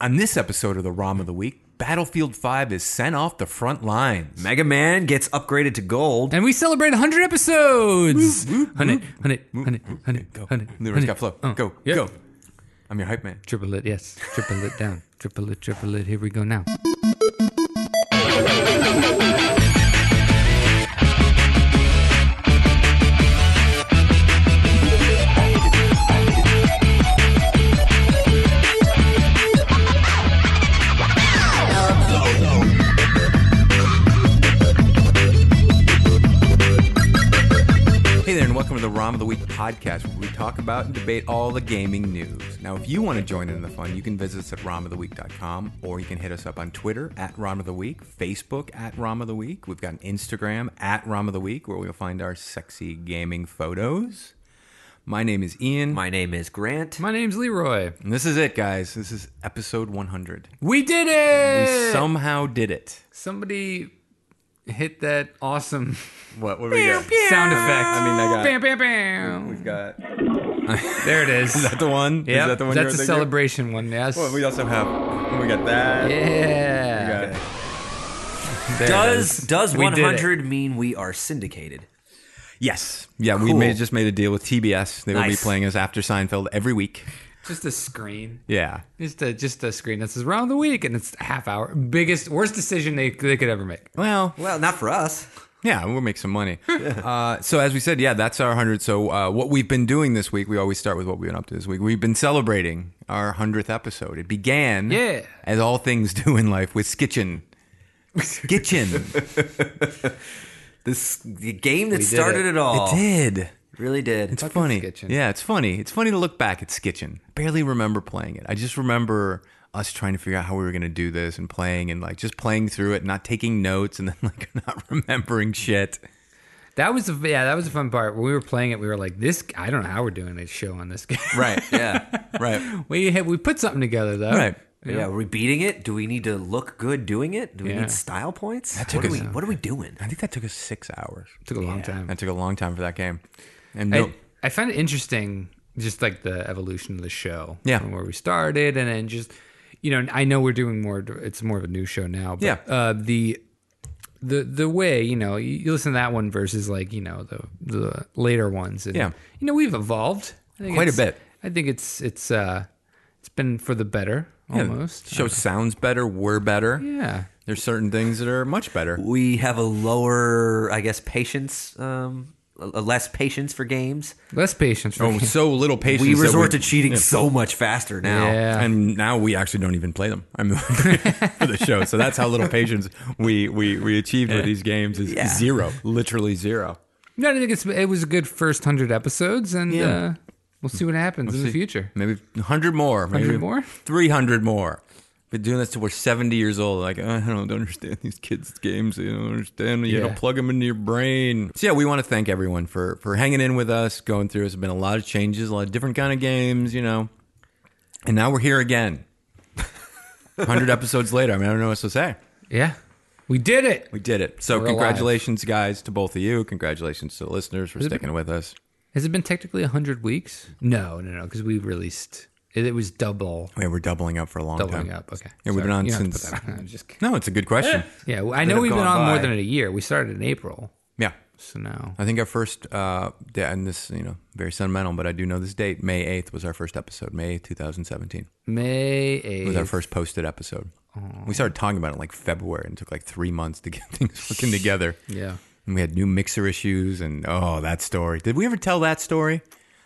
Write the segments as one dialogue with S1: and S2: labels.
S1: On this episode of the ROM of the Week, Battlefield 5 is sent off the front lines.
S2: Mega Man gets upgraded to gold.
S3: And we celebrate 100 episodes. 100, 100, 100, 100,
S1: Go.
S3: 100.
S1: Lyrics got flow.
S2: Oh,
S3: Uh,
S1: Go,
S3: yep.
S1: go. I'm your hype man.
S3: Triple it, yes. Triple it down. Triple it, triple it. Here we go now.
S1: Hey there, and welcome to the ROM of the Week podcast, where we talk about and debate all the gaming news. Now, if you want to join in the fun, you can visit us at romoftheweek.com, or you can hit us up on Twitter at ROM of the Week, Facebook at ROM of the Week. We've got an Instagram at ROM of the Week, where we'll find our sexy gaming photos. My name is Ian.
S2: My name is Grant.
S3: My name's Leroy.
S1: and this is it, guys. This is episode 100.
S3: We did it.
S1: We somehow did it.
S3: Somebody hit that awesome
S1: What? What do we got?
S3: sound effect.
S1: I mean, I got-
S3: Bam, bam, bam.
S1: We've got. Is
S3: there it is.
S1: that the one?
S3: Yep,
S1: Is that the one?
S3: That's
S1: you're
S3: a
S1: thinking?
S3: celebration one, yes.
S1: Well, we also have. We got that.
S3: yeah.
S1: We got-
S3: There it
S2: Does
S3: is.
S2: does
S3: We did it.
S2: 100 mean we are syndicated?
S1: Yes. Yeah, we
S2: Cool.
S1: made, just made a deal with TBS. They will be
S2: Nice.
S1: playing us after Seinfeld every week.
S3: Just a screen.
S1: Yeah.
S3: Just a just a screen that says round the week and it's a half hour. Biggest worst decision they, they could ever make.
S1: Well,
S2: Well, not for us.
S1: yeah, we'll make some money. uh, so, as we said, yeah, that's our 100. So, uh, what we've been doing this week, we always start with what we've been up to this week. We've been celebrating our 100th episode. It began,
S3: Yeah.
S1: as all things do in life, with Skitchin. Skitchin.
S2: This the game that
S3: did
S2: started
S3: it.
S2: it. all.
S1: it did.
S2: Really did.
S1: It's funny.
S3: Skitchin.
S1: Yeah, it's funny. It's funny to look back at Skitchin. Barely remember playing it. I just remember us trying to figure out how we were going to do this and playing and like just playing through it, not taking notes and then like not remembering shit.
S3: That was a, yeah, that was a fun part. When we were playing it, we were like, this I don't know how we're doing a show on this game.
S1: Right.
S2: yeah.
S1: right.
S3: we had, we put something together though.
S1: Right.
S2: Yeah. Are we beating it? Do we need to look good doing it? Do we
S3: Yeah.
S2: need style points?
S1: That
S2: what,
S1: took
S2: are we,
S1: us-
S2: what are we doing?
S1: I think that took us six hours.
S3: Took a long time.
S1: That took a long time for that game. And no,
S3: I, I find it interesting, just like the evolution of the show.
S1: Yeah.
S3: From where we started, and then just, you know, I know we're doing more, it's more of a new show now. But,
S1: Yeah.
S3: Uh, the, the, the way, you know, you you listen to that one versus like, you know, the, the later ones. And,
S1: Yeah.
S3: You know, we've evolved. I think
S1: Quite a
S3: it's-
S1: bit.
S3: I think it's, it's, uh, it's been for the better
S1: yeah,
S3: almost.
S1: show sounds better. We're better.
S3: yeah.
S1: There's certain things that are much better.
S2: We have a lower, I guess, patience, um, a- a less patience for games.
S3: Less patience. For
S1: Oh,
S3: me.
S1: so little patience.
S2: We
S1: that
S2: resort
S1: we-
S2: to cheating so much faster now.
S3: Yeah.
S1: And now we actually don't even play them. I mean, for the show. So that's how little patience we we, we achieved with these games is
S2: Yeah.
S1: zero, literally zero.
S3: no, I think it's, it was a good first hundred episodes and,
S1: Yeah.
S3: uh, we'll see what happens in the future.
S1: Maybe hundred more, maybe
S3: 100 more?
S1: three hundred more. Been doing this till we're seventy years old. Like I don't, don't understand these kids' games. You don't understand. You
S3: Yeah.
S1: gotta plug them into your brain. So yeah, we want to thank everyone for for hanging in with us, going through. It's been a lot of changes, a lot of different kind of games, you know. And now we're here again. Hundred episodes later. I mean, I don't know what else to say.
S3: Yeah. We did it.
S1: We did it. So
S3: We're alive.
S1: congratulations, guys, to both of you. Congratulations to the listeners for sticking with us.
S3: Has it been technically 100 weeks? No, no, no, because we released it, it was double,
S1: Yeah, we're doubling up for a long
S3: doubling
S1: time.
S3: up. Okay.
S1: Yeah, we've been
S3: Sorry.
S1: on
S3: You don't have to
S1: since-
S3: put that on. I'm just kidding.
S1: No, it's a good question.
S3: Yeah, well, I know
S2: have
S3: we've been
S2: gone
S3: on more
S2: by.
S3: than a year. We started in April.
S1: yeah.
S3: So now.
S1: I think our first, uh, da- and this, you know, very sentimental, but I do know this date. May 8th was our first episode, May 8th, 2017.
S3: May
S1: It was our
S3: 8th.
S1: first posted episode. We started talking about it in like February and it took like three months to get things looking together.
S3: Yeah.
S1: And we had new mixer issues and oh, that story. Did we ever tell that story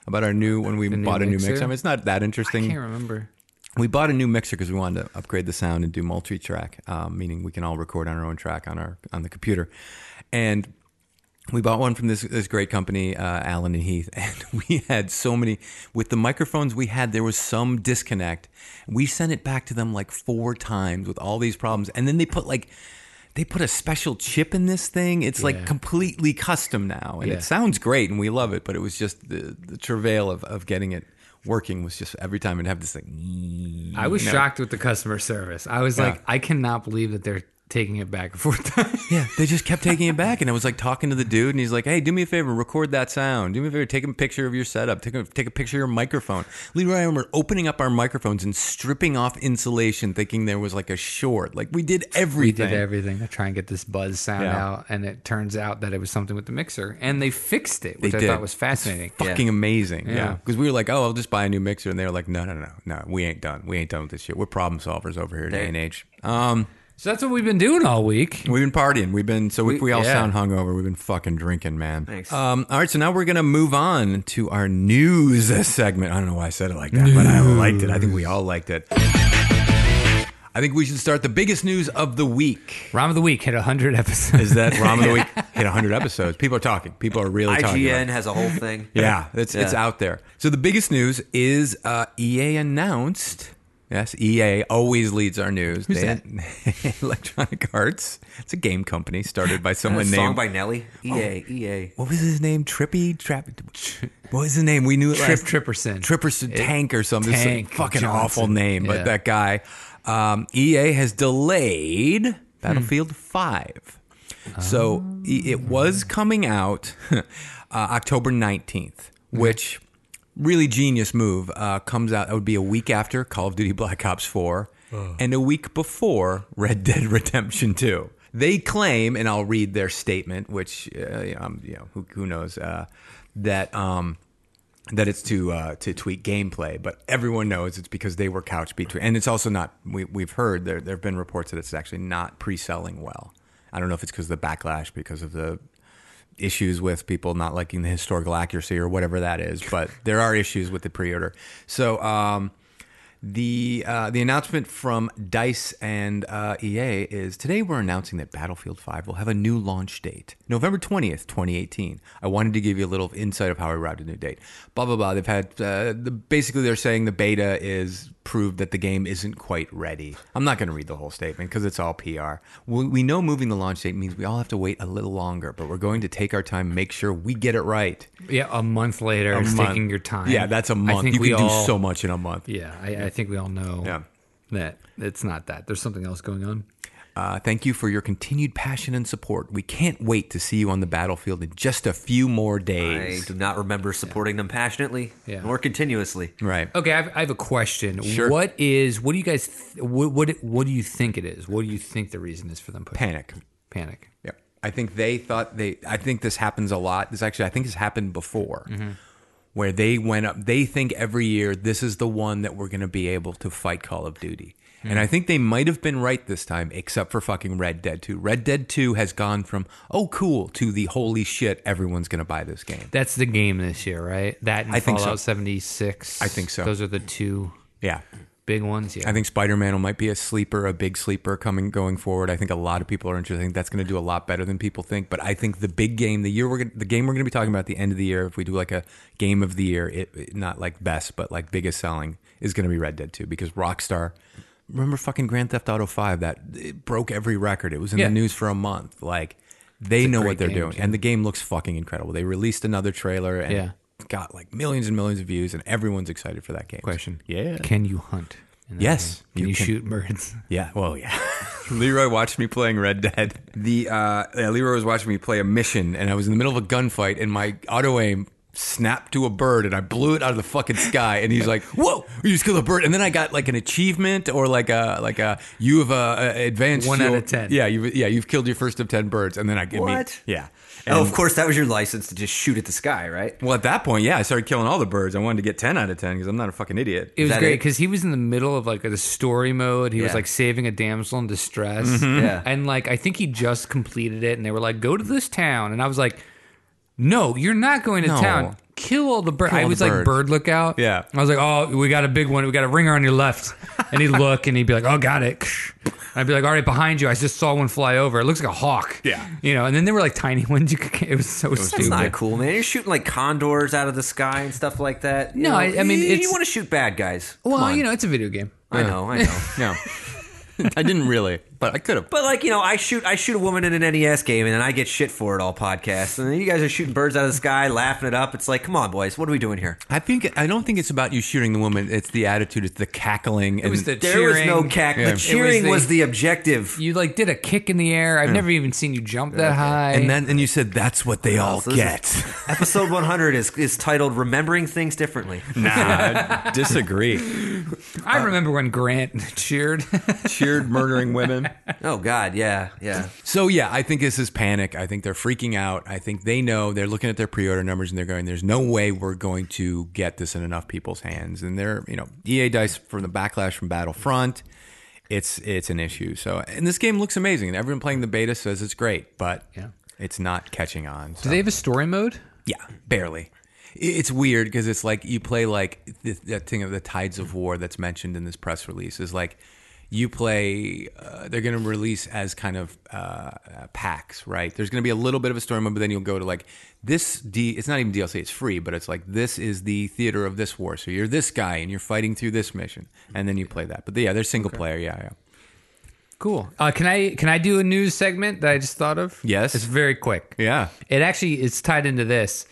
S1: about our new, when we
S3: new
S1: bought a new
S3: mixer?
S1: mixer? I mean, it's not that interesting.
S3: I can't remember.
S1: We bought a new mixer because we wanted to upgrade the sound and do multi-track, um, meaning we can all record on our own track on our on the computer. And we bought one from this this great company, uh, Allen and Heath, and we had so many with the microphones we had. There was some disconnect. We sent it back to them like four times with all these problems, and then they put like. They put a special chip in this thing. It's like
S3: Yeah.
S1: completely custom now, and
S3: Yeah.
S1: it sounds great, and we love it. But it was just the, the travail of, of getting it working was just every time it'd have this like.
S3: I was shocked with the customer service. I was like, I cannot believe that they're taking it back and forth.
S1: Yeah, they just kept taking it back, and I was like talking to the dude, and he's like, "Hey, do me a favor, record that sound. Do me a favor, take a picture of your setup. Take a take a picture of your microphone." Leroy and I were opening up our microphones and stripping off insulation, thinking there was like a short. Like we did
S3: we
S1: everything.
S3: did everything to try and get this buzz sound
S1: Yeah.
S3: out, and it turns out that it was something with the mixer, and they fixed it, which I
S1: did.
S3: thought was fascinating.
S1: Fucking amazing. Yeah.
S3: Yeah.
S1: Because we were like, oh, I'll just buy a new mixer. And they were like, no, no, no, no. We ain't done. We ain't done with this shit. We're problem solvers over here, day and age. Um,
S3: So that's what we've been doing all week.
S1: We've been partying. We've been so we, we all
S3: yeah.
S1: sound hungover. We've been fucking drinking, man.
S2: Thanks.
S1: Um, all right, so now we're gonna move on to our news segment. I don't know why I said it like that, but I liked it. I think we all liked it. I think we should start the biggest news of the week.
S3: Rhyme of the week hit hundred episodes.
S1: Is that Ramen of the Week hit 100 episodes? People are talking. People are really talking. about it.
S2: IGN has a whole thing.
S1: Yeah, it's it's
S2: Yeah.
S1: out there. So the biggest news is uh, EA announced. Yes, EA always leads our news. Who's
S3: that?
S1: Electronic Arts. It's a game company started by
S2: A
S1: someone
S2: song
S1: named
S2: by Nelly. E EA, EA.
S1: what was his name? Trippy Trap. What was his name? We knew it
S3: Trip
S1: last.
S3: Tripperson.
S1: Tripperson Tank or something. It's a
S3: Tank
S1: fucking
S3: Johnson.
S1: awful name, but
S3: Yeah.
S1: that guy. Um, EA has delayed Battlefield
S3: Hmm.
S1: Five, so i- it was
S3: Oh.
S1: coming out uh, October nineteenth,
S3: Hmm.
S1: which really genius move uh, comes out. It would be a week after Call of Duty Black Ops Four, and a week before Red Dead Redemption Two. They claim, and I'll read their statement, which uh, you know, I'm- you know, who, who knows uh, that. Um, that it's to uh, to tweak gameplay, but everyone knows it's because they were couch between, and it's also not. We, we've heard there there have been reports that it's actually not pre-selling well. I don't know if it's because of the backlash, because of the issues with people not liking the historical accuracy or whatever that is, but there are issues with the pre-order. So um, the uh, the announcement from Dice and uh, EA is today we're announcing that Battlefield 5 will have a new launch date, November 20th, 2018. I wanted to give you a little insight of how I arrived at a new date. Blah blah blah. They've had uh, the, basically they're saying the beta is proved that the game isn't quite ready. I'm not going to read the whole statement because it's all PR. We, we know moving the launch date means we all have to wait a little longer, but we're going to take our time, make sure we get it right.
S3: Yeah, a month later,
S1: A
S3: it's
S1: month.
S3: taking your time.
S1: Yeah, that's a month.
S3: I think
S1: you
S3: we
S1: can
S3: all,
S1: do so much in a month.
S3: Yeah, I, I think we all know
S1: Yeah.
S3: that it's not that. There's something else going on.
S1: Uh, thank you for your continued passion and support. We can't wait to see you on the battlefield in just a few more
S2: I
S1: days.
S2: do not remember supporting them passionately
S3: Yeah.
S2: nor continuously.
S1: Right.
S3: Okay, I've, I have a question.
S1: Sure.
S3: What is? What do you guys? Th- what, what What do you think it is? What do you think the reason is for them pushing
S1: Panic.
S3: panic?
S1: Yeah. I think they thought they, I think this happens a lot. This actually, I think has happened before where they went up, they think every year this is the one that we're going to be able to fight Call of Duty. And I think they might have been right this time, except for fucking Red Dead 2. Red Dead 2 has gone from, oh, cool, to the holy shit, everyone's going to buy this game.
S3: That's the game this year, right? That and
S1: I think
S3: Fallout
S1: so.
S3: 76.
S1: I think so.
S3: Those are the two
S1: Yeah.
S3: big ones. Yeah.
S1: I think Spider Man might be a sleeper, a big sleeper coming going forward. I think a lot of people are interested. I think that's going to do a lot better than people think. But I think the big game, the year we're gonna, the game we're going to be talking about at the end of the year, if we do like a game of the year, it, it- not like best, but like biggest selling, is going to be Red Dead Two because Rockstar. Remember fucking Grand Theft Auto Five that it broke every record. It was in
S3: Yeah.
S1: the news for a month. Like they know what
S3: great
S1: they're
S3: game,
S1: doing, and the game looks fucking incredible. They released another trailer and
S3: Yeah.
S1: got like millions and millions of views, and everyone's excited for that game.
S3: Question.
S1: yeah.
S3: Can you hunt? in that
S1: Yes,
S3: game? Can you,
S1: you can.
S3: shoot birds?
S1: Yeah. Well, yeah. Leroy watched me playing Red Dead. The uh, yeah, Leroy was watching me play a mission, and I was in the middle of a gunfight, and my auto aim snapped to a bird, and I blew it out of the fucking sky. And he's like, "Whoa, you just killed a bird!" And then I got like an achievement or like a like a you have uh, advanced
S3: One out
S1: your-
S3: of 10.
S1: Yeah, you've, yeah, you've killed your first of ten birds, and then I get
S2: What?
S1: Me, yeah.
S2: oh, of course, that was your license to just shoot at the sky, right?
S1: Well, at that point, yeah, I started killing all the birds. I wanted to get ten out of ten because I'm not a fucking idiot.
S3: It was
S2: that
S3: great
S2: it?
S3: because he was in the middle of like the story mode. He was
S2: Yeah.
S3: like saving a damsel in distress.
S2: Yeah.
S3: And like, I think he just completed it and they were like, go to this town. And I was like, no, you're not going to
S1: No.
S3: town. Kill all the birds.
S1: Kill all
S3: I
S1: the
S3: was like,
S1: birds.
S3: bird lookout.
S1: Yeah.
S3: I was like, oh, we got a big one. We got a ringer on your left. And he'd look and he'd be like, oh, got it. And I'd be like, all right, behind you. I just saw one fly over. It looks like a hawk.
S1: Yeah.
S3: You know, and then there were like tiny ones. You could, it was so
S2: That's
S3: stupid.
S2: not cool, man. You're shooting like condors out of the sky and stuff like that. You
S3: No,
S2: know,
S3: I- I mean,
S2: you,
S3: it's-
S2: want to shoot bad guys. Come
S3: well,
S2: on.
S3: you know, it's a video game.
S2: I know, I know.
S1: No, I didn't really. but I could have.
S2: But like you know, I shoot I shoot a woman in an NES game, and then I get shit for it all podcast. And then you guys are shooting birds out of the sky, laughing it up. It's like, come on, boys, what are we doing here?
S1: I think I don't think it's about you shooting the woman. It's the attitude. It's the cackling. It
S3: was the
S2: There
S3: Cheering.
S2: was no cack.
S1: Yeah. It
S2: The
S1: was
S2: cheering
S3: the-
S2: was the, objective.
S3: You like did a kick in the air. I've never even seen you jump that high.
S1: Hmm. and then and you said that's what they all
S2: So this
S1: get.
S2: is- episode 100 is is titled "Remembering Things Differently."
S1: nah, I disagree.
S3: I
S1: uh,
S3: remember when Grant cheered.
S1: Cheered murdering women.
S2: Oh God, yeah, yeah.
S1: So yeah, I think this is panic. I think they're freaking out. I think they know they're looking at their pre-order numbers and they're going, "There's no way we're going to get this in enough people's hands." And they're, you know, EA dice from the backlash from Battlefront. It's it's an issue. So and this game looks amazing. And everyone playing the beta says it's great, but
S3: Yeah.
S1: it's not catching on.
S3: Do
S1: So.
S3: they have a story mode?
S1: Yeah, barely. I- It's weird because it's like you play like th- that thing of the tides of war that's mentioned in this press release is like you play. Uh, they're going to release as kind of uh, uh, packs, right? There's going to be a little bit of a story mode, but then you'll go to like this. D. It's not even DLC. It's free, but it's like this is the theater of this war. So you're this guy and you're fighting through this mission, and then you play that. But yeah, they're single player. Yeah, yeah.
S3: Cool. Uh, can I can I do a news segment that I just thought of?
S1: Yes.
S3: It's very quick.
S1: Yeah,
S3: It actually is tied into this,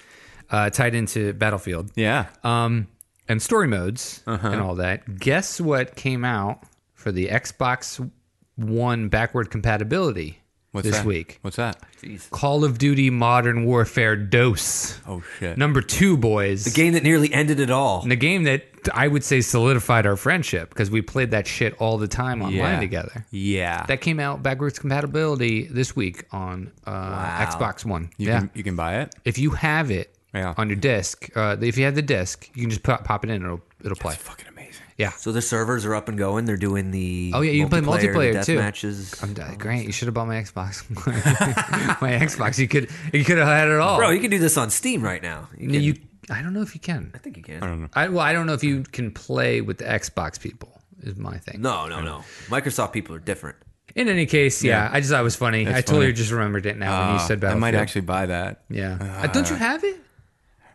S3: uh, tied into Battlefield
S1: yeah.
S3: um, and story modes
S1: Uh-huh.
S3: and all that. Guess what came out for the Xbox One backward compatibility
S1: What's
S3: this
S1: that?
S3: week?
S1: What's that?
S3: Call of Duty Modern Warfare DOS.
S1: Oh shit!
S3: Number two, boys.
S2: The game that nearly ended it all.
S3: And a game that I would say solidified our friendship because we played that shit all the time online together.
S1: Yeah,
S3: That came out backwards compatibility this week on uh, Xbox One.
S1: you
S3: yeah.
S1: can you can buy it.
S3: if you have it
S1: Yeah.
S3: on your disc, uh, if you have the disc, you can just pop, pop it in. It'll it'll play.
S1: Fucking amazing.
S3: Yeah.
S2: So the servers are up and going. They're doing the
S3: Oh, yeah, you can play multiplayer,
S2: the death
S3: too.
S2: matches.
S3: I'm dying. Grant, uh, you should have bought my Xbox. my Xbox. You could you could have had it all.
S2: Bro, you can do this on Steam right now. You can,
S3: you. I don't know if you can.
S2: I think you can.
S3: I, well, I don't know if you can play with the Xbox people. Is my thing.
S2: No, no, no. Microsoft people are different.
S3: In any case, yeah, I just thought it was funny. I totally just remembered it now when you said
S1: Ah, I
S3: Battlefield.
S1: might actually Ah. buy that.
S3: Yeah. Uh, don't you have it?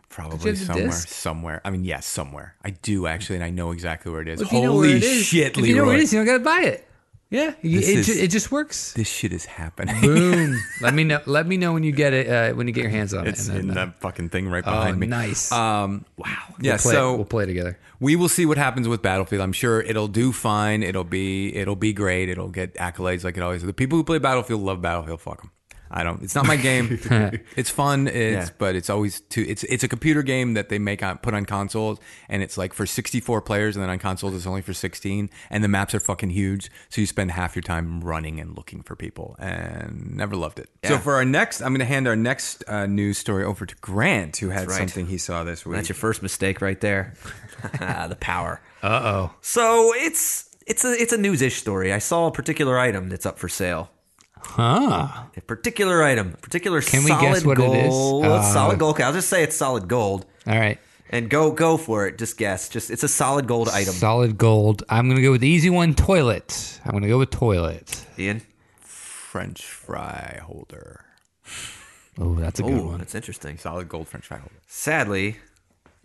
S1: Probably
S3: have the
S1: somewhere.
S3: disc?
S1: Somewhere. I mean, yes, somewhere. I do actually, and I know exactly where it is.
S3: If
S1: Holy
S3: you know where it is-
S1: shit,
S3: If
S1: Leroy.
S3: you know where it is, you don't gotta buy it. Yeah, you-
S1: This
S3: it,
S1: is-
S3: ju- it just works.
S1: This shit is happening.
S3: Boom. let me know. Let me know when you get it. Uh, when you get your hands on
S1: It's
S3: it. and
S1: in
S3: then, uh,
S1: that fucking thing right
S3: oh,
S1: behind me.
S3: nice.
S1: Um, wow. Yeah.
S3: play it.
S1: so
S3: we'll play together.
S1: we will see what happens with Battlefield. I'm sure it'll do fine. It'll be it'll be great. It'll get accolades like it always. The people who play Battlefield love Battlefield. Fuck them. I don't. It's not my game. it's fun. It's
S2: Yeah.
S1: but it's always too. It's it's a computer game that they make on put on consoles, and it's like for 64 players, and then on consoles it's only for 16, and the maps are fucking huge. So you spend half your time running and looking for people, and never loved it. So for our next, I'm going to hand our next uh, news story over to Grant, who had
S2: right.
S1: something he saw this week.
S2: That's your first mistake right there. Ah, the power.
S3: Uh oh.
S2: So it's it's a it's a news-ish story. I saw a particular item that's up for sale.
S3: Huh.
S2: A particular item, a particular
S3: Can we
S2: solid
S3: guess what it is?
S2: gold.
S3: Uh,
S2: solid gold. Okay, I'll just say it's solid gold.
S3: All right.
S2: And go go for it. Just guess. Just it's a solid gold item.
S3: Solid gold. I'm gonna go with the easy one. Toilet. I'm gonna go with toilet.
S2: Ian.
S1: French fry holder.
S3: Oh, that's a good
S2: Oh,
S3: one.
S2: that's interesting.
S1: Solid gold French fry holder.
S2: Sadly,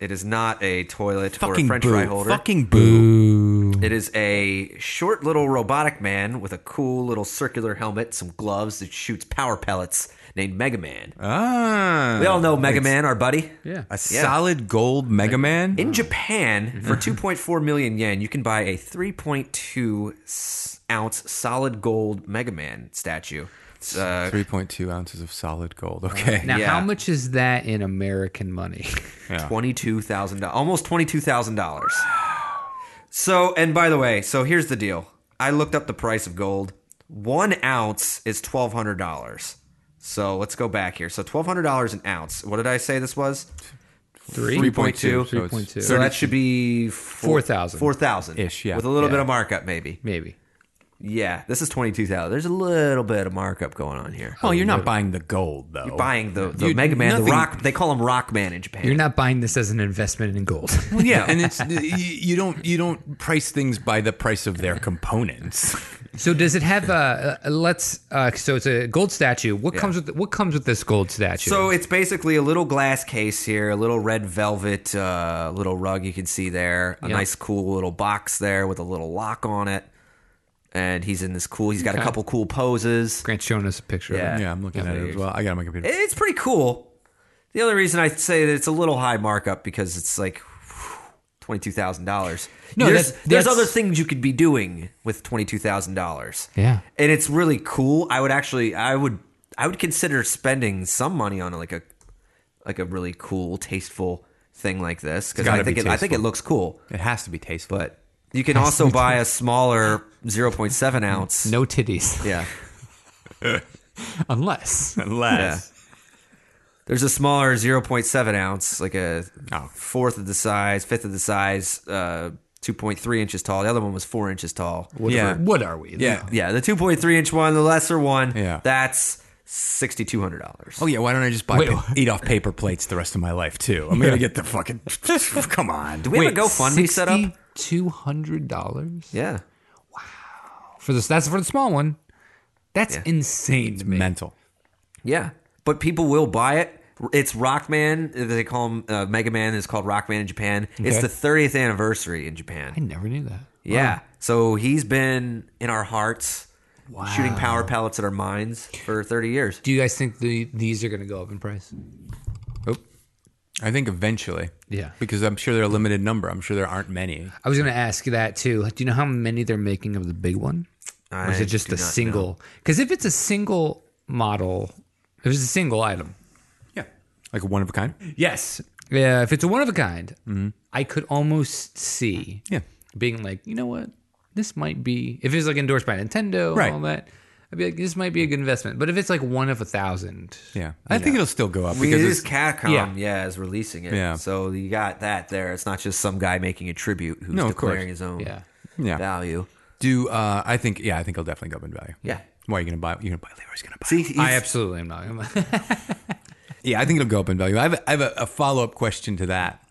S2: it is not a toilet or a French fry holder.
S1: Fucking boo.
S2: It is a short little robotic man with a cool little circular helmet, some gloves that shoots power pellets named Mega Man.
S1: Ah.
S2: we all know Mega Man, our buddy.
S3: Yeah.
S1: A solid gold Mega Man?
S2: In Japan, for 2.4 million yen, you can buy a 3.2 s- ounce solid gold Mega Man statue. It's, uh,
S1: 3.2 ounces of solid gold. Okay.
S3: Now,
S2: Yeah.
S3: how much is that in American money?
S1: Yeah.
S2: twenty-two thousand dollars, almost twenty-two thousand dollars. So, and by the way, so here's the deal. I looked up the price of gold. One ounce is twelve hundred dollars. So let's go back here. So twelve hundred dollars an ounce. What did I say this was?
S3: Three.
S2: 3.2.
S1: So it's-
S3: 3.2.
S2: So that should be four
S3: 4,000.
S2: Four thousand
S1: Ish, yeah.
S2: With a little bit
S3: Yeah.
S2: of markup, maybe.
S3: Maybe.
S2: Yeah, this is twenty-two thousand. There's a little bit of markup going on here.
S1: Well, you're not buying the gold, though.
S2: Buying the, the
S1: Oh. You-
S2: Mega Man, the
S1: nothing-
S2: Rock. They call him Rock Man in Japan.
S3: You're not buying this as an investment in gold.
S1: Well, yeah, and it's you, you don't you don't price things by the price of their components.
S3: so does it have a, uh let's uh, so it's a gold statue. What comes with what comes with this gold statue?
S2: So it's basically a little glass case here, a little red velvet, uh, little rug you can see there, a nice cool little box there with a little lock on it. and he's in this cool. He's got a couple cool poses.
S3: Grant's showing us a picture
S2: Yeah.
S3: of it.
S1: Yeah, I'm looking at it as well. I got it on my computer.
S2: It's pretty cool. The only reason I say that it's a little high markup because it's like twenty two thousand dollars.
S3: No,
S2: there's
S3: that's-
S2: there's
S3: that's-
S2: other things you could be doing with twenty two thousand dollars.
S3: Yeah.
S2: and it's really cool. I would actually, I would, I would consider spending some money on like a like a really cool, tasteful thing like this because I
S1: gotta
S2: think
S1: be
S2: it, I think it
S1: tasteful.
S2: looks cool.
S1: It has to be tasteful.
S2: But you can also buy a smaller zero point seven ounce.
S3: No titties.
S2: Yeah.
S3: Unless.
S1: Unless
S2: There's a smaller 0.7 ounce, like a
S1: Oh.
S2: fourth of the size, fifth of the size, uh, 2.3 inches tall. The other one was four inches tall.
S3: What
S1: Yeah.
S3: Are, what are we?
S1: Yeah.
S2: Yeah, the 2.3 inch one, the lesser one,
S1: Yeah.
S2: that's $6,200.
S1: Oh yeah, why don't I just buy
S3: Wait,
S1: pa- eat off paper plates the rest of my life too? I'm gonna get the fucking. come on.
S2: Do we have a GoFundMe set up?
S3: Two hundred dollars
S2: Yeah.
S3: for this. That's for the small one. That's
S2: Yeah.
S3: insane to me.
S1: mental.
S2: Yeah. But people will buy it. It's Rockman. They call him uh, Mega Man. It's called Rockman in Japan. It's
S3: Okay.
S2: the 30th anniversary in Japan.
S3: I never knew that.
S2: Yeah. So he's been in our hearts, shooting power pellets at our minds for 30 years.
S3: Do you guys think the these are going to go up in price? Oh,
S1: I think eventually.
S3: Yeah.
S1: Because I'm sure they're a limited number. I'm sure there aren't many.
S3: I was going to ask you that too. Do you know how many they're making of the big one? Or is
S2: I
S3: it just
S2: do
S3: a
S2: not
S3: single? Because if it's a single model, if it's a single item,
S1: Yeah. Like a one of a kind.
S3: yes, yeah. If it's a one of a kind, I could almost see,
S1: Yeah.
S3: being like, you know what, this might be if it's like endorsed by Nintendo
S1: Right.
S3: and all that. I'd be like, this might be a good investment. But if it's like one of a thousand,
S1: Yeah. I think it'll still go up
S2: Because
S1: because
S2: it
S1: it's,
S2: is Capcom, yeah.
S3: yeah.
S2: is releasing it.
S1: Yeah.
S2: So you got that there. It's not just some guy making a tribute who's
S1: No, of course.
S2: declaring his own
S3: yeah.
S1: Yeah.
S2: value.
S1: do uh, I think yeah, I think it'll definitely go up in value.
S2: Yeah.
S1: Why are you gonna buy you're gonna buy Leroy's gonna buy
S2: See, he's,
S3: I absolutely am not.
S1: Yeah, I think it'll go up in value. I have a, I have a, a follow up question to that.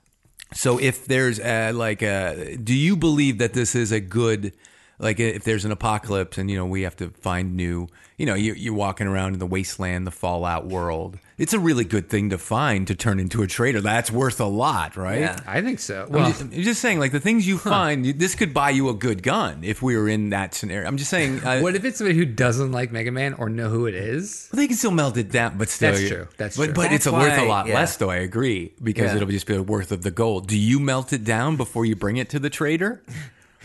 S1: So if there's a, like a, do you believe that this is a good, like if there's an apocalypse and you know we have to find new, you know you, you're walking around in the wasteland, the Fallout world. It's a really good thing to find to turn into a trader. That's worth a lot, right?
S2: Yeah.
S3: I think so.
S1: I'm
S3: Well,
S1: just, I'm just saying, like the things you find, you, this could buy you a good gun if we were in that scenario. I'm just saying, uh,
S3: what if it's somebody who doesn't like Mega Man or know who it is?
S1: Well, they can still melt it down, but still,
S3: That's true. That's
S1: but,
S3: true.
S1: But it's
S2: That's
S1: a worth a
S2: why-
S1: lot
S2: yeah.
S1: less, though. I agree because
S2: Yeah.
S1: it'll just be worth of the gold. Do you melt it down before you bring it to the trader?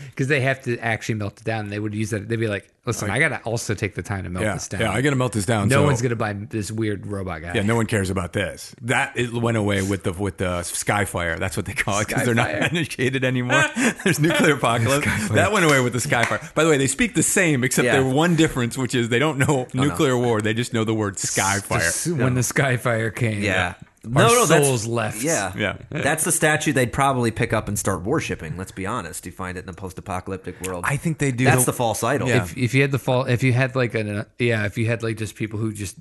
S3: Because they have to actually melt it down. They would use that. They'd be like, listen, I, got to also take the time to melt this down.
S1: gotta melt this down.
S3: no one's going to buy this weird robot guy.
S1: Yeah, no one cares about this. That it went away with the with the Skyfire. That's what they call it because they're not
S3: Skyfire.
S1: educated anymore. There's nuclear apocalypse. that went away with the Skyfire. By the way, they speak the same except
S2: Yeah.
S1: there's one difference, which is they don't know nuclear war. They just know the word Skyfire.
S3: Just When the Skyfire came.
S2: yeah.
S3: Our
S2: that's-
S3: souls left.
S2: Yeah.
S1: Yeah.
S2: That's the statue they'd probably pick up and start worshiping. Let's be honest. You find it in a post apocalyptic world.
S1: I think they do.
S2: That's
S1: the-
S2: the false idol.
S1: Yeah.
S3: If, if you had the fall, if you had like an, uh, yeah, if you had like just people who just,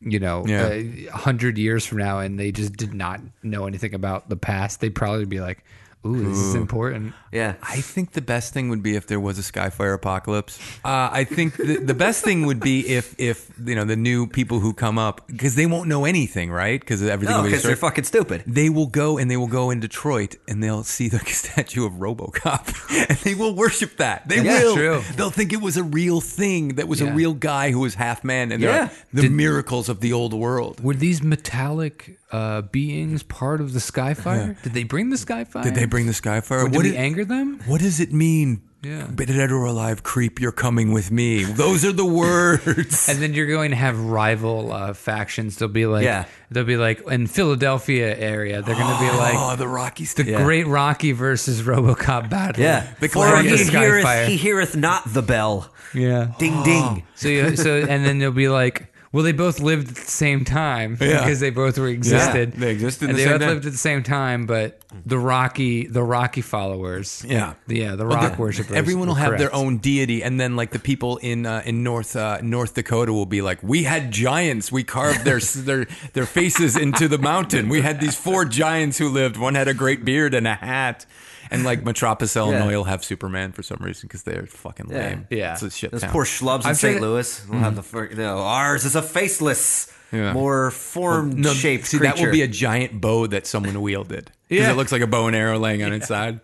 S3: you know, uh,
S1: Yeah.
S3: a hundred years from now and they just did not know anything about the past, they'd probably be like, ooh, this is important.
S2: Yeah.
S1: I think the best thing would be if there was a Skyfire apocalypse. Uh, I think the, the best thing would be if if you know the new people who come up because they won't know anything, right? Because everything
S2: No,
S1: will be
S2: because they're
S1: destroyed.
S2: fucking stupid.
S1: They will go and they will go in Detroit and they'll see the statue of RoboCop and they will worship that. They
S2: Yeah,
S1: will.
S3: true.
S1: They'll think it was a real thing that was a
S3: Yeah.
S1: real guy who was half man and they're
S2: Yeah.
S1: like, the miracles of the old world.
S3: Were these metallic uh, beings part of the Skyfire? Did they bring the Skyfire?
S1: Did they bring the Skyfire?
S3: Did
S1: What
S3: we
S1: did-
S3: anger them?
S1: What does it mean?
S3: Yeah.
S1: Dead or alive, creep, you're coming with me. Those are the words.
S3: And then you're going to have rival uh, factions. They'll be like,
S2: Yeah.
S3: they'll be like in Philadelphia area. They're going to be
S1: oh,
S3: like
S1: the Rockies.
S3: the Great Rocky versus RoboCop battle.
S2: Yeah.
S1: The
S2: For
S1: Clarion
S2: he
S3: Skyfire.
S2: heareth, he heareth not the bell.
S3: yeah.
S2: Ding, ding.
S3: So you, so and then they'll be like, well, they both lived at the same time
S1: Yeah.
S3: because they both were existed.
S1: Yeah, they existed
S3: And
S1: the
S3: they
S1: same
S3: both
S1: time.
S3: lived at the same time, but the Rocky, the Rocky followers.
S1: Yeah.
S3: yeah, the Rock worshippers.
S1: Everyone will
S3: were
S1: have their
S3: correct.
S1: own deity, and then like the people in uh, in North uh, North Dakota will be like, "We had giants. We carved their their their faces into the mountain. We had these four giants who lived. One had a great beard and a hat." And like Metropolis, Illinois, will have Superman for some reason because they're fucking lame.
S3: Yeah.
S1: it's a shit
S2: Those
S1: town.
S2: poor schlubs in
S3: I've seen
S2: St.
S3: it-
S2: Louis will have the fir- no, ours is a faceless,
S1: Mhm. Yeah.
S2: more form
S1: No,
S2: shaped
S1: see,
S2: creature.
S1: that would be a giant bow that someone wielded because
S3: Yeah.
S1: it looks like a bow and arrow laying on its side.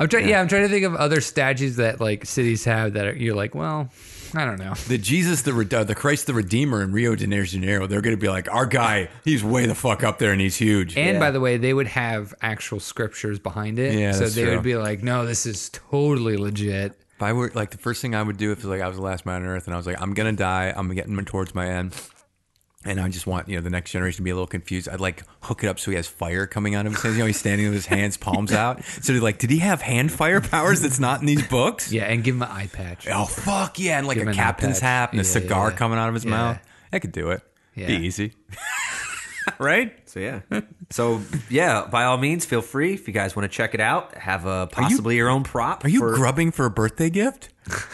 S3: I'm trying. Yeah. I'm trying to think of other statues that like cities have that are, you're like, well, I don't know.
S1: The Jesus, the Red- uh, the Christ, the Redeemer in Rio de Janeiro, they're going to be like, our guy, he's way the fuck up there and he's huge.
S3: And by the way, they would have actual scriptures behind it.
S1: Yeah,
S3: so
S1: that's
S3: they
S1: true.
S3: would be like, no, this is totally legit.
S1: if I were like the first thing I would do if like I was the last man on earth and I was like, I'm gonna die, I'm getting towards my end. And I just want you know the next generation to be a little confused. I'd like hook it up so he has fire coming out of his hands. You know he's standing with his hands, palms out. So they're like, did he have hand fire powers that's not in these books?
S3: Yeah, and give them an eye patch.
S1: Oh fuck yeah! And like
S3: him
S1: a
S3: an
S1: captain's
S3: iPad.
S1: hat and a
S3: Yeah,
S1: cigar
S3: yeah.
S1: coming out of his
S3: Yeah.
S1: mouth. I could do it. Be
S3: Yeah.
S1: easy, right?
S2: So yeah. So yeah, by all means, feel free if you guys want to check it out. Have a possibly your own prop.
S1: Are you
S2: for-
S1: grubbing for a birthday gift?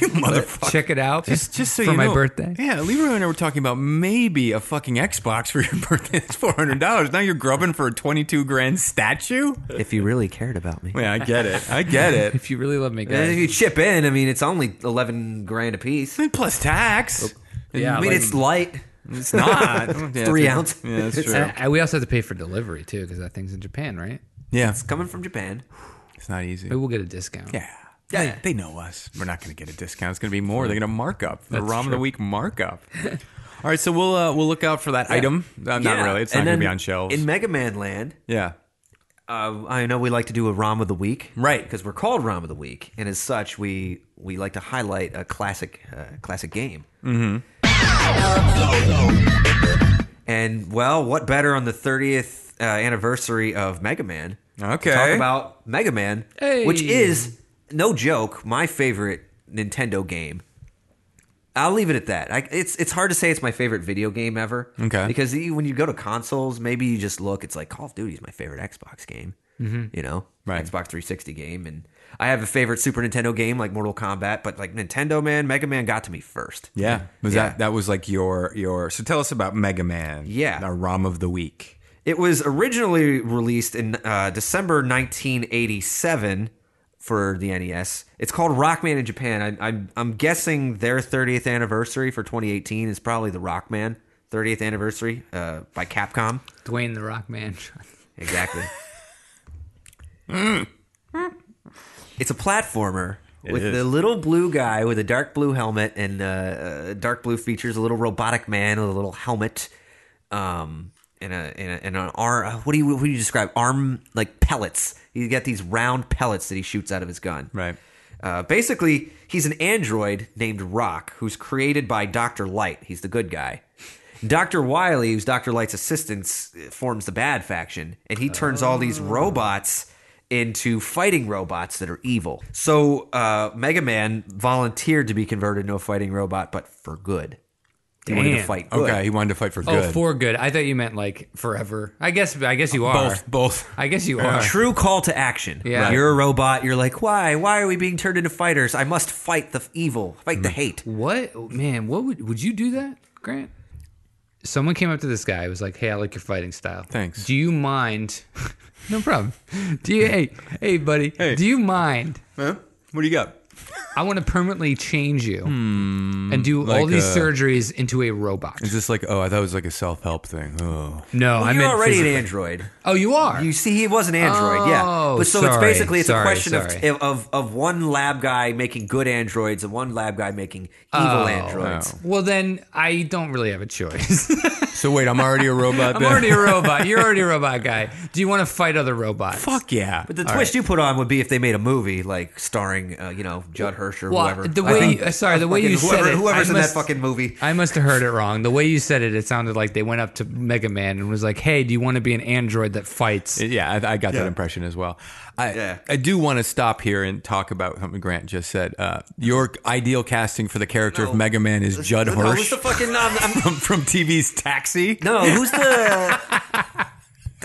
S1: you motherfucker.
S3: Check it out.
S1: Just, just so
S3: for
S1: you
S3: my
S1: know-
S3: birthday.
S1: Yeah, Leroy and I were talking about maybe a fucking Xbox for your birthday. It's four hundred dollars. Now you're grubbing for a twenty-two grand statue.
S2: if you really cared about me?
S1: Yeah, I get it. I get it.
S3: If you really love me,
S2: And
S3: guys.
S2: if you chip in, I mean, it's only eleven grand a piece.
S1: And Plus tax.
S3: Yeah,
S2: I mean,
S3: like-
S2: it's light.
S1: It's not Yeah,
S2: Three
S1: it's-
S2: ounce.
S1: Yeah, that's true.
S3: And I- we also have to pay for delivery too because that thing's in Japan, right?
S1: Yeah,
S2: It's coming from Japan.
S1: it's not easy.
S3: Maybe we'll get a discount.
S1: Yeah.
S2: Yeah.
S1: They, they know us. We're not going to get a discount. It's going to be more. They're going to mark up the
S3: That's
S1: ROM of the
S3: true.
S1: week markup. All right, so we'll uh, we'll look out for that item. Uh, not
S2: Yeah.
S1: really. It's
S2: And
S1: not going
S2: then
S1: to be on shelves.
S2: In Mega Man Land,
S1: yeah.
S2: uh, I know we like to do a ROM of the week,
S1: Right.
S2: Because we're called ROM of the week, and as such, we we like to highlight a classic uh, classic game. Mm-hmm. And well, what better on the 30th uh, anniversary of Mega Man? to
S1: Okay.
S2: talk about Mega Man,
S3: Hey.
S2: which is no joke, my favorite Nintendo game. I'll leave it at that. I, it's it's hard to say it's my favorite video game ever.
S1: Okay.
S2: Because you, e, when you go to consoles, maybe you just look. It's like Call of Duty is my favorite Xbox game. You know,
S1: Mm-hmm. Right.
S2: Xbox 360 game, and I have a favorite Super Nintendo game like Mortal Kombat. But like Nintendo, man, Mega Man got to me first.
S1: Yeah. Was
S2: Yeah.
S1: that that was like your your so tell us about Mega Man.
S2: Yeah.
S1: Our ROM of the week.
S2: It was originally released in uh, December 1987 for the NES. It's called Rockman in Japan. I, I'm, I'm guessing their 30th anniversary for 2018 is probably the Rockman 30th anniversary uh, by Capcom.
S3: Dwayne the Rock Man.
S2: Exactly. Mm. It's a platformer with
S1: is.
S2: the little blue guy with a dark blue helmet and uh, uh, dark blue features, a little robotic man with a little helmet, um, and a and, a, and an arm. What do you what do you describe? Arm like pellets. He's got these round pellets that he shoots out of his gun.
S1: Right.
S2: Uh, basically, he's an android named Rock, who's created by Doctor Light. He's the good guy. Doctor Wiley, who's Doctor Light's assistant, s- forms the bad faction, and he turns all these robots into fighting robots that are evil. So uh, Mega Man volunteered to be converted into a fighting robot, but for good. He wanted to
S3: Damn.
S2: fight. Good.
S1: Okay, he wanted to fight for
S3: Oh,
S1: good.
S3: for good. I thought you meant like forever. I guess. I guess you are.
S1: both both.
S3: I guess you
S2: A
S3: are.
S2: true call to action.
S3: Yeah.
S2: You're a robot. You're like, why? Why are we being turned into fighters? I must fight the f- evil, fight
S3: Mm.
S2: the hate.
S3: What man? What would would you do that, Grant? Someone came up to this guy. Was like, "Hey, I like your fighting style.
S1: Thanks.
S3: Do you mind? no problem. Do you? Hey, hey, buddy. Do you mind?
S1: Huh? What do you got?
S3: I want to permanently change you
S2: Hmm,
S3: and do all
S1: like
S3: these
S1: a-
S3: surgeries into a robot.
S1: Is this like oh I thought it was like a self help thing. Oh.
S3: No,
S2: Well,
S3: I
S2: you're
S3: meant
S2: already
S3: physically.
S2: an android.
S3: Oh, you are.
S2: You see, he was an android, yeah.
S3: Oh,
S2: But so it's
S3: sorry,
S2: basically it's a
S3: sorry,
S2: question
S3: sorry.
S2: Of, of of one lab guy making good androids and one lab guy making evil androids.
S1: Oh.
S3: well, then I don't really have a choice.
S1: So wait, I'm already a robot.
S3: I'm
S1: then?
S3: already a robot. You're already a robot guy. Do you want to fight other robots?
S1: Fuck yeah.
S2: But the twist you put on would be if they made a movie like starring uh, you know Judd Hirsch or
S3: Well,
S2: whoever.
S3: the
S2: I
S3: way
S2: think-
S3: you- uh, sorry, the way
S2: fucking
S3: you said
S2: whoever,
S3: it,
S2: whoever's
S3: I
S2: in
S3: must-
S2: that fucking movie.
S3: I must have heard it wrong. The way you said it, it sounded like they went up to Mega Man and was like, "Hey, do you want to be an android that fights?"
S1: Yeah, I, I got that impression as well. I,
S2: Yeah.
S1: I do want to stop here and talk about something Grant just said. Uh, your ideal casting for the character of
S2: No.
S1: Mega Man is Judd
S2: No, who's
S1: Hirsch
S2: the fucking um, I'm-
S1: from, from TV's Taxi.
S2: no? Who's the the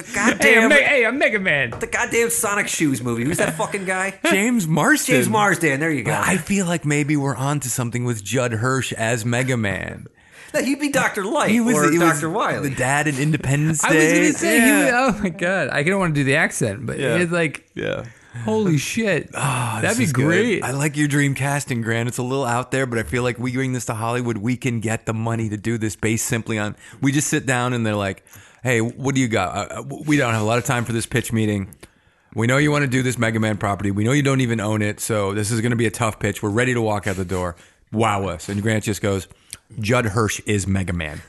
S3: Hey, I'm,
S2: goddamn
S3: Me- hey, I'm Mega Man.
S2: the goddamn Sonic Shoes movie? Who's that fucking guy?
S1: James Marsden.
S2: James Marsden. There you go.
S1: I feel like maybe we're onto something with Judd Hirsch as Mega Man.
S2: No, he'd be Doctor Light
S1: He was,
S2: or
S1: he was
S2: Doctor Wiley.
S1: the dad in Independence Day.
S3: I was gonna say, he
S1: Yeah.
S3: was- oh my god, I don't want to do the accent, but
S1: Yeah.
S3: it's like,
S1: yeah.
S3: holy shit, that'd
S1: This
S3: be
S1: is good.
S3: great.
S1: I like your dream casting, Grant. It's a little out there, but I feel like we bring this to Hollywood, we can get the money to do this based simply on. We just sit down and they're like, "Hey, what do you got? Uh, uh, we don't have a lot of time for this pitch meeting. We know you want to do this Mega Man property. We know you don't even own it, so this is going to be a tough pitch. We're ready to walk out the door. Wow us. And Grant just goes, Judd Hirsch is Mega Man.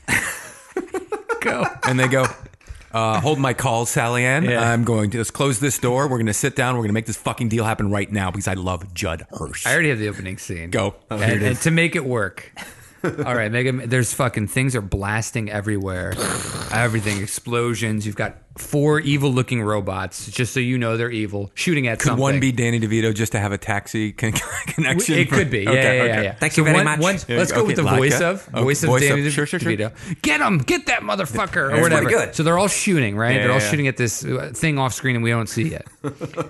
S1: go. And they go, uh, hold my call, Sally Ann.
S3: Yeah.
S1: I'm going to let's close this door. We're going to sit down. We're going to make this fucking deal happen right now because I love Judd Hirsch.
S3: I already have the opening scene.
S1: Go. Oh, here
S3: and, and to make it work. All right, Mega. Man- There's fucking things are blasting everywhere. Everything explosions. You've got four evil-looking robots. Just so you know, they're evil. Shooting at
S1: Could
S3: something.
S1: one be Danny DeVito just to have a taxi con- connection?
S3: It
S1: for-
S3: could be. Yeah,
S1: Okay,
S3: yeah, yeah,
S1: okay.
S3: yeah.
S2: Thank you very
S3: one-
S2: much.
S3: one-
S2: Here
S1: we
S3: let's
S1: go.
S3: go with
S1: Okay,
S3: the voice
S1: Latka.
S3: of
S1: Okay,
S3: voice of
S1: voice
S3: Danny
S1: of- sure, sure, sure.
S3: DeVito. Get him. Get that motherfucker or
S2: That's pretty
S3: whatever.
S2: good.
S3: So they're all shooting, right? they're all
S1: yeah, yeah.
S3: shooting at this uh, thing off screen and we don't see it.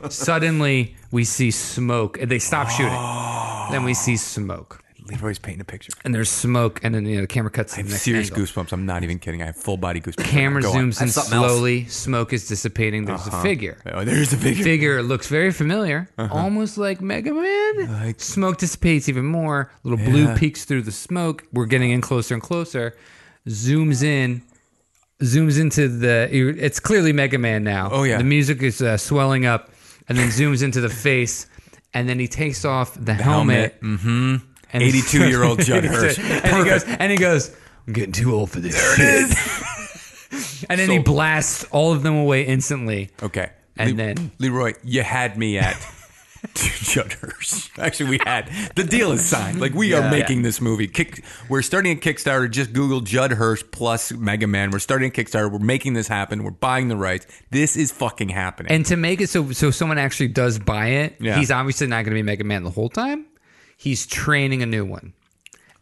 S3: Suddenly, we see smoke. They stop shooting.
S1: Oh.
S3: Then we see smoke.
S1: Leroy's painting a picture.
S3: and there's smoke, and then you know the camera cuts. to the next
S1: Serious
S3: angle.
S1: goosebumps. I'm not even kidding. I have full body goosebumps.
S3: Camera
S1: Go on.
S3: zooms in
S2: That's something else.
S3: slowly. Smoke is dissipating. There's a figure.
S1: Oh, there's the figure. Uh-huh.
S3: Figure looks very familiar, almost like Mega Man.
S1: Like-
S3: smoke dissipates even more. Little blue
S1: Yeah.
S3: peeks through the smoke. We're getting in closer and closer. Zooms in, zooms into the. It's clearly Mega Man now.
S1: Oh, yeah.
S3: The music is uh, swelling up, and then zooms into the face, and then he takes off the, helmet.
S1: helmet.
S3: And
S1: 82-year-old Judd Hirsch.
S3: and he goes, and he goes, I'm getting too old for this. shit." and then he
S1: So-
S3: blasts all of them away instantly.
S1: Okay.
S3: And then-
S1: Leroy, you had me at Judd Hirsch. Actually, we had the deal is signed. Like we are making this movie. Kick, we're starting a Kickstarter. Just Google Judd Hirsch plus Mega Man. We're starting a Kickstarter. We're making this happen. We're buying the rights. This is fucking happening.
S3: And to make it so so someone actually does buy it,
S1: Yeah.
S3: he's obviously not going to be Mega Man the whole time. He's training a new one.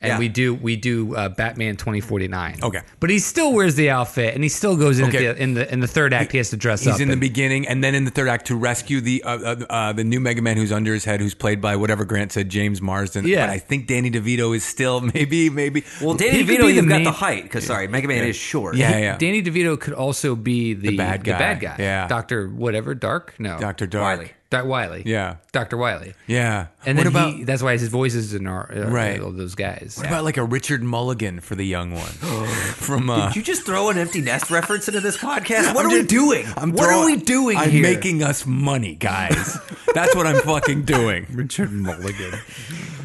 S3: And
S2: Yeah.
S3: we do we do uh, Batman 2049.
S1: Okay.
S3: But he still wears the outfit and he still goes in at
S1: Okay.
S3: the, in the in the third act he, has to dress up.
S1: He's in the
S3: and-
S1: beginning, and then in the third act to rescue the uh, uh, uh, the new Mega Man who's under his head, who's played by whatever Grant said, James Marsden.
S3: Yeah.
S1: but I think Danny DeVito is still maybe maybe.
S2: Well, Danny
S3: He could
S2: DeVito,
S3: be the
S2: you've got the
S3: main-
S2: height. Because sorry, Mega Man is short.
S1: Yeah, yeah.
S3: Danny DeVito could also be the,
S1: bad
S3: the
S1: guy.
S3: bad guy.
S1: Yeah.
S3: Dr. whatever, Dark? No.
S1: Doctor Dark.
S2: Wiley.
S3: Doc Wiley.
S1: Yeah.
S3: Dr. Wiley.
S1: Yeah,
S3: And
S1: what
S3: then
S1: about
S3: he, that's why his voice is in our, uh,
S1: Right.
S3: all those guys.
S1: What about like a Richard Mulligan for the young one from uh,
S2: Did you just throw an empty nest reference into this podcast? What are we doing? what are we doing
S1: I'm
S2: here?
S1: making us money, guys. That's what I'm fucking doing.
S3: Richard Mulligan.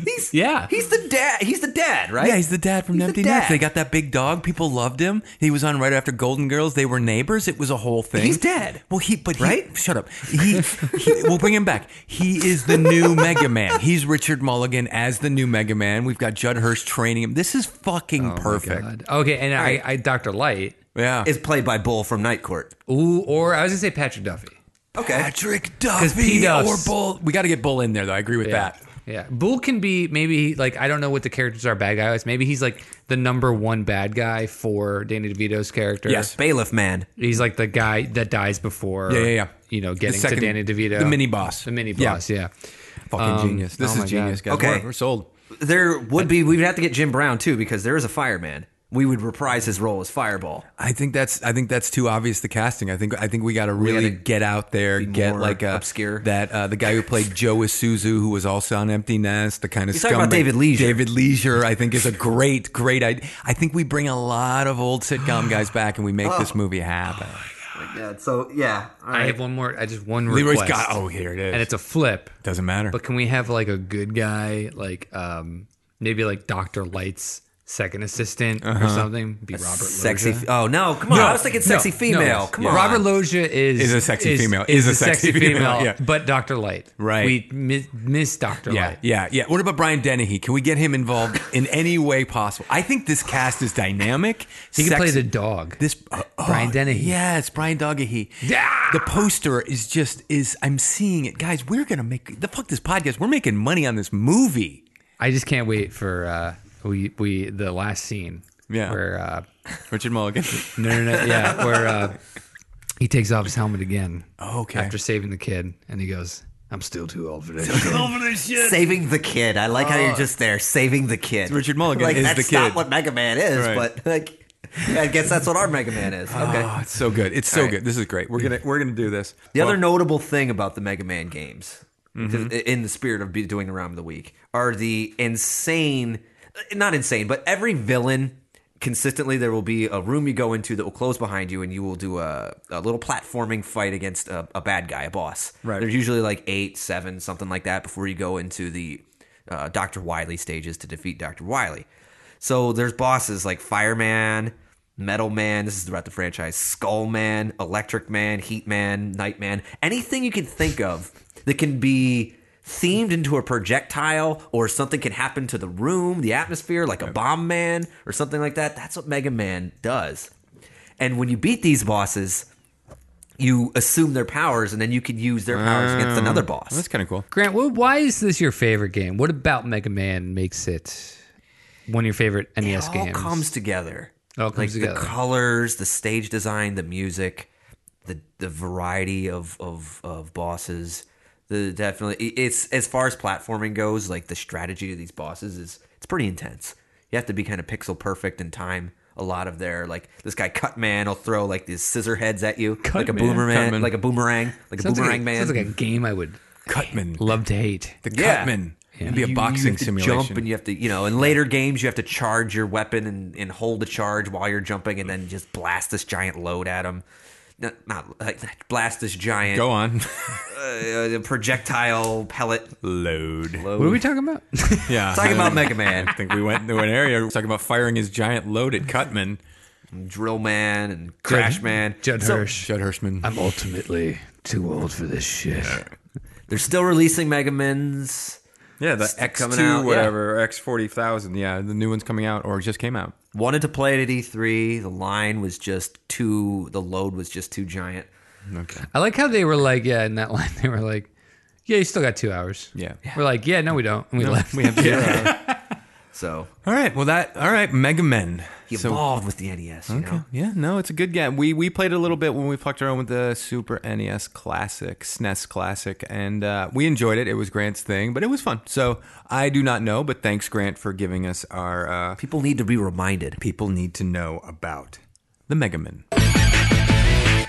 S2: He's,
S3: Yeah.
S2: he's the dad. He's the dad, right?
S1: Yeah, he's the dad from
S2: He's the
S1: Empty
S2: dad.
S1: Nest. They got that big dog. People loved him. He was on right after Golden Girls. They were neighbors. It was a whole thing.
S2: He's dead.
S1: Well, he but he-
S2: Right?
S1: Shut up. He, he- we'll bring him back. He is the new Mega Man. He's Richard Mulligan as the new Mega Man. We've got Judd Hirsch training him. This is fucking perfect.
S3: God. Okay, and I, I Dr. Light.
S1: Yeah,
S2: is played by Bull from Night Court.
S3: Ooh, or I was gonna say Patrick Duffy.
S2: Okay.
S1: Patrick
S3: P.
S1: Duffy or
S3: Duff's-
S1: Bull. We got to get Bull in there though. I agree with that.
S3: Yeah. Bull can be maybe he- like I don't know what the characters are bad guys. Maybe he's like the number one bad guy for Danny DeVito's character.
S1: Yes.
S2: Bailiff man.
S3: He's like the guy that dies before
S1: Yeah, yeah, yeah.
S3: you know, getting
S1: second-
S3: to Danny DeVito.
S1: the mini boss.
S3: The mini
S1: Yeah.
S3: boss, yeah.
S1: Fucking genius. This
S3: oh my
S1: is genius,
S3: God.
S1: guys.
S2: Okay.
S1: We're, we're sold.
S2: There would be. We would have to get Jim Brown too because there is a fireman. We would reprise his role as Fireball.
S1: I think that's I think that's too obvious the casting. I think I think we got to really
S2: gotta
S1: get out there, get
S2: more
S1: like a,
S2: obscure.
S1: that uh, the guy who played Joe Isuzu, who was also on Empty Nest, the kind of
S2: talking about
S1: scumbag-
S2: David Leisure.
S1: David Leisure, I think is a great great idea. I think we bring a lot of old sitcom guys back and we make this movie happen.
S2: Yeah. So yeah. All
S3: I have one more I just one
S1: Leroy's
S3: request.
S1: got oh here it is,
S3: and it's a flip.
S1: doesn't matter.
S3: But can we have like a good guy, like um maybe like Doctor Light's second assistant
S1: Uh-huh.
S3: or something? Be Robert
S2: Sexy.
S3: Loggia.
S2: f- Oh no! Come on. I was thinking sexy
S3: No,
S2: female.
S3: no.
S2: Come
S3: Yeah.
S2: on.
S3: Robert Loggia is
S1: Is a sexy female. Is a sexy female, yeah.
S3: But Doctor Light,
S1: Right.
S3: We mi- miss Doctor
S1: yeah,
S3: Light.
S1: yeah, yeah. What about Brian Dennehy? Can we get him involved in any way possible? I think this cast is dynamic.
S3: He can play
S1: sexy.
S3: the dog.
S1: This uh, oh,
S3: Brian Dennehy.
S1: Yes, Brian Doggehy.
S3: Yeah.
S1: The poster is just is I'm seeing it, guys. We're gonna make the fuck this podcast. We're making money on this movie.
S3: I just can't wait for uh, we we the last scene.
S1: Yeah.
S3: Where uh,
S1: Richard Mulligan.
S3: no no no yeah where uh, he takes off his helmet again
S1: Okay.
S3: after saving the kid and he goes I'm still too old for this.
S2: Saving the kid. I like how you're just there, saving the kid.
S1: Oh. Richard Mulligan
S2: like,
S1: is
S2: that's
S1: the kid.
S2: not what Mega Man is,
S1: Right.
S2: but like, I guess that's what our Mega Man is. Okay.
S1: Oh, it's so good. It's so good. This is great. We're gonna we're gonna do this.
S2: the
S1: Well, Mm-hmm.
S2: other notable thing about the Mega Man games, in the spirit of be- doing the round of the week, are the insane, not insane, but every villain consistently there will be a room you go into that will close behind you, and you will do a, a little platforming fight against a, a bad guy, a boss.
S1: Right.
S2: There's usually like eight, seven, something like that before you go into the uh, Doctor Wiley stages to defeat Doctor Wiley. So there's bosses like Fireman, Metal Man. This is throughout the franchise. Skull Man, Electric Man, Heat Man, Night Man. Anything you can think of that can be themed into a projectile or something can happen to the room, the atmosphere, like a bomb man or something like that. That's what Mega Man does. And when you beat these bosses, you assume their powers and then you can use their powers against another boss.
S1: um, That's kind of cool.
S3: Grant, wh- why is this your favorite game? What about Mega Man makes it one of your favorite NES
S2: it all
S3: games?
S2: comes together.
S3: It all comes
S2: like
S3: together.
S2: the colors, the stage design, the music, the the variety of of, of bosses. The definitely i- it's as far as platforming goes, like the strategy of these bosses is it's pretty intense. You have to be kind of pixel perfect and time a lot of their like this guy Cut Man will throw like these scissor heads at you like a
S3: Man.
S1: Cut
S2: boomerang,
S1: Man.
S2: like a boomerang, like
S3: Sounds
S2: a
S3: like
S2: boomerang man.
S3: Sounds like a game I would
S1: Cutman.
S3: love to hate.
S1: The
S2: Yeah.
S1: Cutman.
S3: Yeah.
S1: It'd be a
S2: You- you
S1: boxing
S2: have to
S1: simulation.
S2: Jump and you have to, you know, in later games you have to charge your weapon and, and hold the charge while you're jumping, and then just blast this giant load at him. Not, not like blast this giant
S1: Go on.
S2: uh, projectile pellet.
S1: Uh-huh. Load.
S3: What are we talking about?
S1: Yeah.
S2: Talking about Mega Man,
S1: I think we went into an area talking about firing his giant load at Cutman.
S2: Drill Man, and Crash Man.
S3: Judd
S2: So,
S3: Hirsch.
S1: Judd Hirschman.
S3: I'm ultimately too old for this shit.
S2: They're still releasing Mega Man's.
S1: Yeah, the
S2: It's
S1: X
S2: coming
S1: two
S2: out, yeah.
S1: whatever X forty thousand. Yeah, the new one's coming out or just came out.
S2: Wanted to play it at E3. The line was just too. The load was just too giant.
S1: Okay.
S3: I like how they were like, yeah, in that line, they were like, yeah, you still got two hours.
S1: Yeah.
S3: We're like, yeah, no, we don't. And we left.
S1: We have zero.
S2: So
S1: all right. Well, that all right. Mega Men.
S2: he
S1: So-
S2: evolved with the NES. You know?
S1: Yeah, no, it's a good game. We we played it a little bit when we fucked around with the Super NES Classic, SNES Classic, and uh, we enjoyed it. It was Grant's thing, but it was fun. So I do not know, but thanks Grant for giving us our uh,
S2: People need to be reminded.
S1: people need to know about the Mega Man.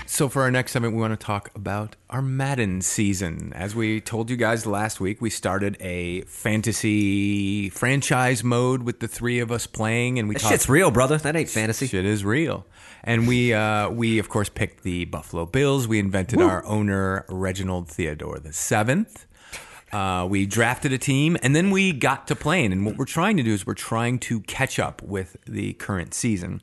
S1: So for our next segment, we want to talk about our Madden season. As we told you guys last week, we started a fantasy franchise mode with the three of us playing, and we
S2: That
S1: talked.
S2: shit's real, brother. That ain't fantasy.
S1: Shit is real. And we uh, we of course picked the Buffalo Bills. We invented our owner Reginald Theodore the seventh. Uh, we drafted a team and then we got to playing. And what we're trying to do is we're trying to catch up with the current season.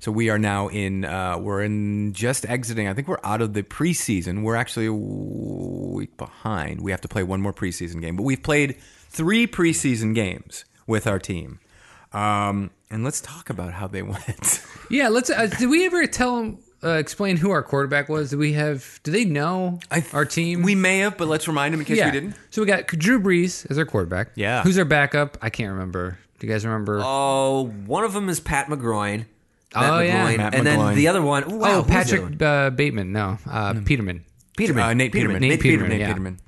S1: So we are now in uh, we're in just exiting. I think we're out of the preseason. We're actually a week behind. We have to play one more preseason game, but we've played three preseason games with our team. Um, and let's talk about how they went.
S3: yeah, let's. Uh, did we ever tell them, uh, explain who our quarterback was? Do we have, do they know our team?
S1: We may have, but let's remind them in case we didn't.
S3: So we got Drew Brees as our quarterback.
S1: Yeah.
S3: Who's our backup? I can't remember. Do you guys remember?
S2: Oh, one of them is Pat McGroin. Pat
S3: Oh, yeah.
S2: McGroin.
S1: Pat
S2: and
S1: McGloin.
S2: then the other one, ooh, wow,
S3: oh,
S2: who's the other
S3: Patrick
S2: one?
S3: uh, Bateman. No, uh, Peterman.
S2: Peterman.
S1: Uh, Nate Peterman.
S3: Nate Peterman,
S1: Nate
S3: yeah.
S1: Peterman.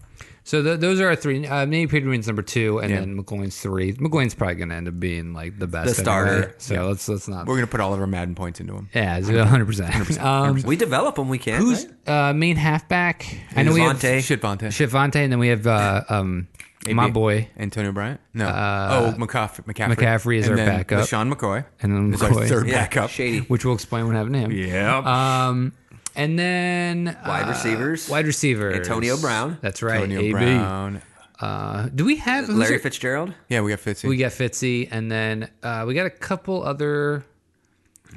S3: So th those are our three. Uh, Nate Peterman's number two, and then McGloin's three. McGloin's probably going to end up being like the best
S2: The starter.
S3: anyway. So let's let's not.
S1: We're gonna put all of our Madden points into him.
S3: yeah, it's 100 percent. Um,
S2: We develop them. We can.
S3: who's
S2: right?
S3: uh, main halfback? I know we have
S2: Devontae.
S1: Shit, Vontae.
S3: Shivante, and then we have uh, um, my boy,
S1: Antonio Bryant. No. oh, McCaff- McCaffrey.
S3: Uh, McCaffrey is
S1: and
S3: our
S1: then
S3: backup.
S1: Sean McCoy.
S3: And then
S1: is our
S3: McCoy.
S1: third
S2: Yeah,
S1: backup.
S2: Shady.
S3: which we'll explain what happened to him.
S1: Yeah.
S3: Um, and then
S2: Wide
S3: uh,
S2: receivers.
S3: wide receiver
S2: Antonio Brown.
S3: That's right.
S1: Antonio
S3: AB.
S1: Brown.
S3: Uh, do we have who's
S2: Larry
S3: our-
S2: Fitzgerald.
S1: Yeah, we got Fitzy.
S3: We got Fitzy, and then uh, we got a couple other.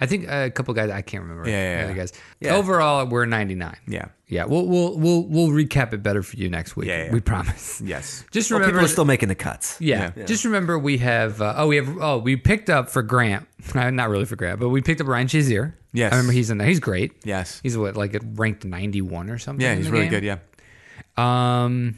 S3: I think uh, a couple guys I can't remember.
S1: Yeah, yeah,
S3: Other
S1: yeah.
S3: guys.
S2: Yeah.
S3: Overall, we're ninety nine.
S1: yeah.
S3: yeah. We'll we'll we'll we'll recap it better for you next week.
S1: Yeah, yeah.
S3: We promise.
S1: Yes.
S3: Just
S2: Well,
S3: remember.
S2: people are still making the cuts.
S3: yeah. Just remember we have. Uh, oh, we have. Oh, we picked up for Grant. Uh, Not really for Grant, but we picked up Ryan Shazier.
S1: Yes.
S3: I remember he's in there. He's great.
S1: Yes.
S3: He's what like ranked ninety one or something.
S1: yeah,
S3: in
S1: he's
S3: the
S1: really
S3: game.
S1: good. Yeah.
S3: Um,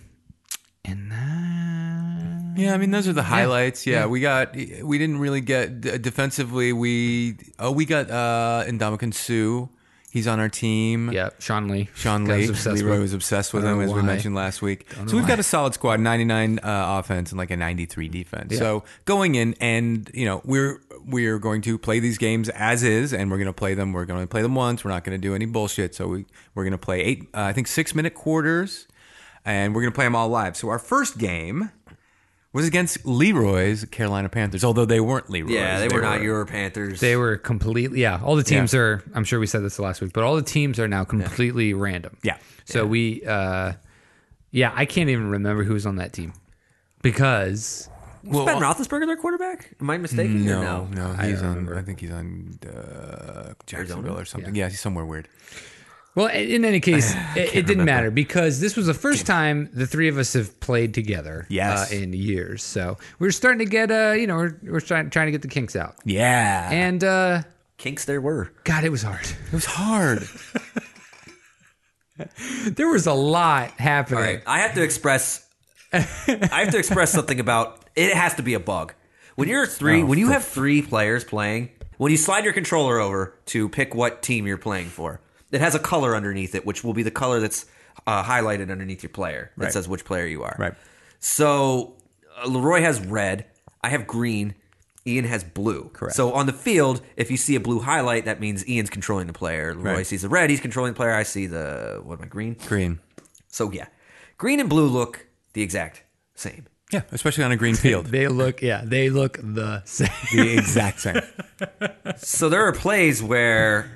S3: and that
S1: Yeah, I mean those are the highlights. Yeah, we got we didn't really get d- defensively. We oh we got uh Indomitian Sue. He's on our team.
S3: yeah, Sean Lee.
S1: Sean
S3: Guys
S1: Lee.
S3: obsessed
S1: Leroy
S3: with-
S1: was obsessed with
S3: I don't
S1: him,
S3: know
S1: as we
S3: why.
S1: mentioned last week. So we've got a solid squad, 99 uh, offense and like a 93 defense. So going in, and you know we're we're going to play these games as is, and we're going to play them. We're going to play them once. We're not going to do any bullshit. So we we're going to play eight, uh, I think six minute quarters, and we're going to play them all live. So our first game was against Leroy's Carolina Panthers, although they weren't Leroy's.
S2: Yeah, they, were, not your Panthers.
S3: They were completely yeah. All the teams are. I'm sure we said this last week, but all the teams are now completely random.
S1: Yeah.
S3: So we, uh, yeah, I can't even remember who was on that team because
S2: was Ben Roethlisberger their quarterback? Am I mistaken? or
S1: No, no, he's
S3: don't
S1: on. I think he's on uh, Jacksonville or something. Yeah. he's somewhere weird.
S3: well, i- in any case, it, it didn't matter because this was the first time the three of us have played together.
S1: Yes.
S3: Uh, in years, so we're starting to get uh, you know, we're we're trying trying to get the kinks out,
S1: Yeah,
S3: and uh,
S2: Kinks there were.
S3: God, it was hard.
S1: it was hard.
S3: There was a lot happening.
S2: All right, I have to express. I have to express something about it. Has to be a bug when you're
S1: Oh,
S2: three. when you have three players playing, when you slide your controller over to pick what team you're playing for, it has a color underneath it, which will be the color that's uh, highlighted underneath your player that
S1: Right.
S2: says which player you are.
S1: Right.
S2: So uh, Leroy has red. I have green. Ian has blue.
S1: Correct.
S2: So on the field, if you see a blue highlight, that means Ian's controlling the player. Leroy
S1: Right.
S2: sees the red. He's controlling the player. I see the what am I green?
S1: Green.
S2: So yeah, green and blue look the exact same.
S1: Yeah, especially on a green field.
S3: They look, yeah, they look the same.
S1: the exact same.
S2: So there are plays where,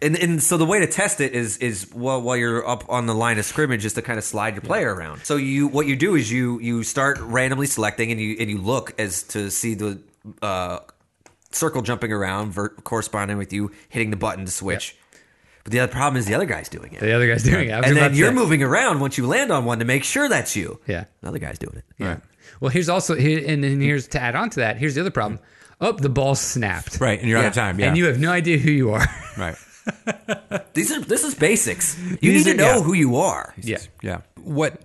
S2: and, and so the way to test it is is well while you're up on the line of scrimmage is to kind of slide your player around. So you what you do is you you start randomly selecting and you and you look as to see the uh, circle jumping around ver- corresponding with you hitting the button to switch. But the other problem is the other guy's doing it.
S3: The other guy's doing it. I was
S2: And
S3: about
S2: then
S3: to
S2: you're
S3: say.
S2: moving around once you land on one to make sure that's you.
S3: Yeah.
S2: Another guy's doing it.
S1: Right.
S3: Well, here's also, here, and then here's to add on to that. Here's the other problem. Oh, the ball snapped.
S1: Right, and you're out of
S2: Yeah.
S1: time. Yeah.
S3: And you have no idea who you are.
S1: right.
S2: These are this is basics. You
S1: These
S2: need to
S1: are-
S2: know
S1: yeah.
S2: who you are.
S3: yeah.
S1: Yeah. What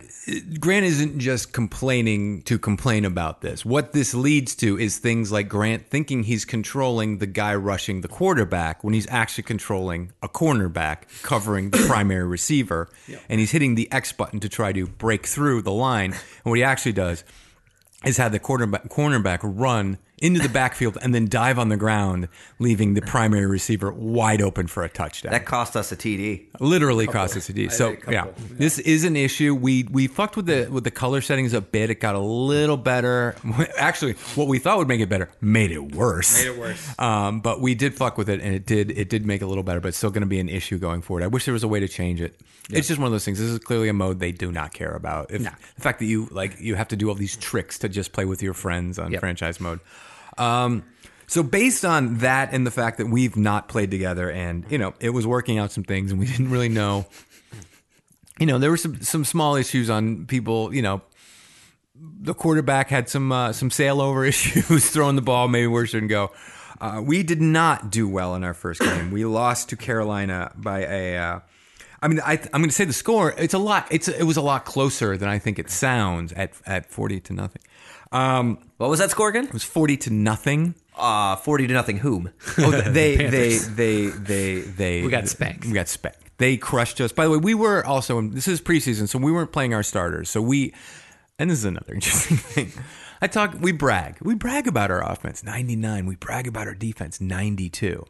S1: Grant isn't just complaining to complain about this. What this leads to is things like Grant thinking he's controlling the guy rushing the quarterback when he's actually controlling a cornerback covering the primary receiver. And he's hitting the X button to try to break through the line. And what he actually does is have the quarterback, cornerback run into the backfield and then dive on the ground, leaving the primary receiver wide open for a touchdown
S2: That cost us a TD.
S1: literally cost us a D. So
S3: couple,
S1: yeah, this is an issue. We we fucked with the with the color settings a bit. It got a little better. Actually, what we thought would make it better made it worse. Made it worse. Um, but we did fuck with it, and it did it did make it a little better. But it's still going to be an issue going forward. I wish there was a way to change it. It's just one of those things. This is clearly a mode they do not care about. If, The fact that you like you have to do all these tricks to just play with your friends on
S3: Yep.
S1: franchise mode. Um, so based on that and the fact that we've not played together and you know it was working out some things and we didn't really know you know there were some some small issues on people you know the quarterback had some uh, some sail over issues throwing the ball maybe where it shouldn't go uh, we did not do well in our first game we lost to Carolina by a uh, I mean, I, I'm going to say the score. It's a lot. It's it was a lot closer than I think it sounds at at 40 to nothing. Um,
S2: What was that score again?
S1: it was 40 to nothing.
S2: Uh, forty to nothing. Whom?
S1: Oh, they, they, they, they, they. We
S3: got spanked.
S1: We got spanked. They crushed us. By the way, we were also this is preseason, so we weren't playing our starters. So we, and this is another interesting thing. I talk. We brag. We brag about our offense. Ninety nine. We brag about our defense. Ninety two.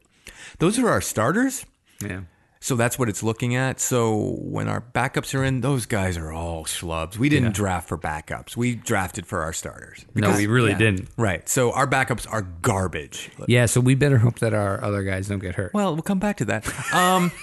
S1: Those are our starters.
S3: Yeah.
S1: So that's what it's looking at. So when our backups are in, those guys are all schlubs. We didn't draft for backups. We drafted for our starters.
S3: no, we really didn't.
S1: Right. So our backups are garbage.
S3: Yeah. So we better hope that our other guys don't get hurt.
S1: Well, we'll come back to that. Um,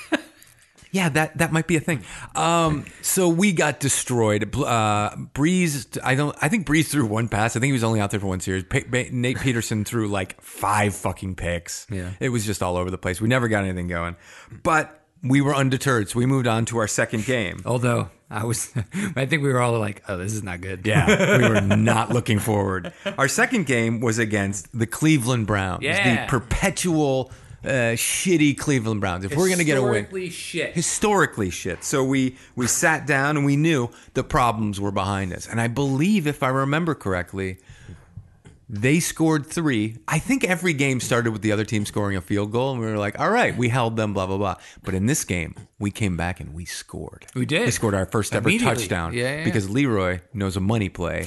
S1: yeah, that that might be a thing. Um, so we got destroyed. Uh, Breeze, I don't. I think Breeze threw one pass. I think he was only out there for one series. Pa- ba Nate Peterson threw like five fucking picks.
S3: Yeah.
S1: it was just all over the place. We never got anything going, but we were undeterred. So we moved on to our second game.
S3: Although I was, I think we were all like, oh, this is not good.
S1: Yeah, we were not looking forward. Our second game was against the Cleveland Browns,
S3: Yeah.
S1: the perpetual uh, shitty Cleveland Browns. If we're going to get a win,
S3: Historically shit.
S1: historically shit. So we we sat down and we knew the problems were behind us. And I believe, if I remember correctly, they scored three. I think every game started with the other team scoring a field goal, and we were like, "All right, we held them." Blah blah blah. But in this game, we came back and we scored.
S3: We did.
S1: We scored our first ever
S3: Immediately.
S1: touchdown.
S3: Yeah, yeah, yeah.
S1: because Leroy knows a money play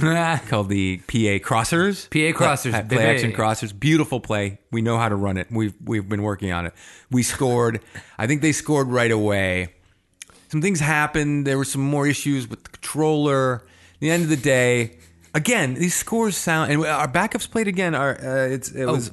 S1: called the PA crossers.
S3: PA crossers,
S1: Play,
S3: baby.
S1: play action crossers. Beautiful play. We know how to run it. We've we've been working on it. We scored. I think they scored right away. Some things happened. There were some more issues with the controller. At the end of the day, Again, these scores sound and our backups played again. Are uh, it's it
S3: Oh.
S1: was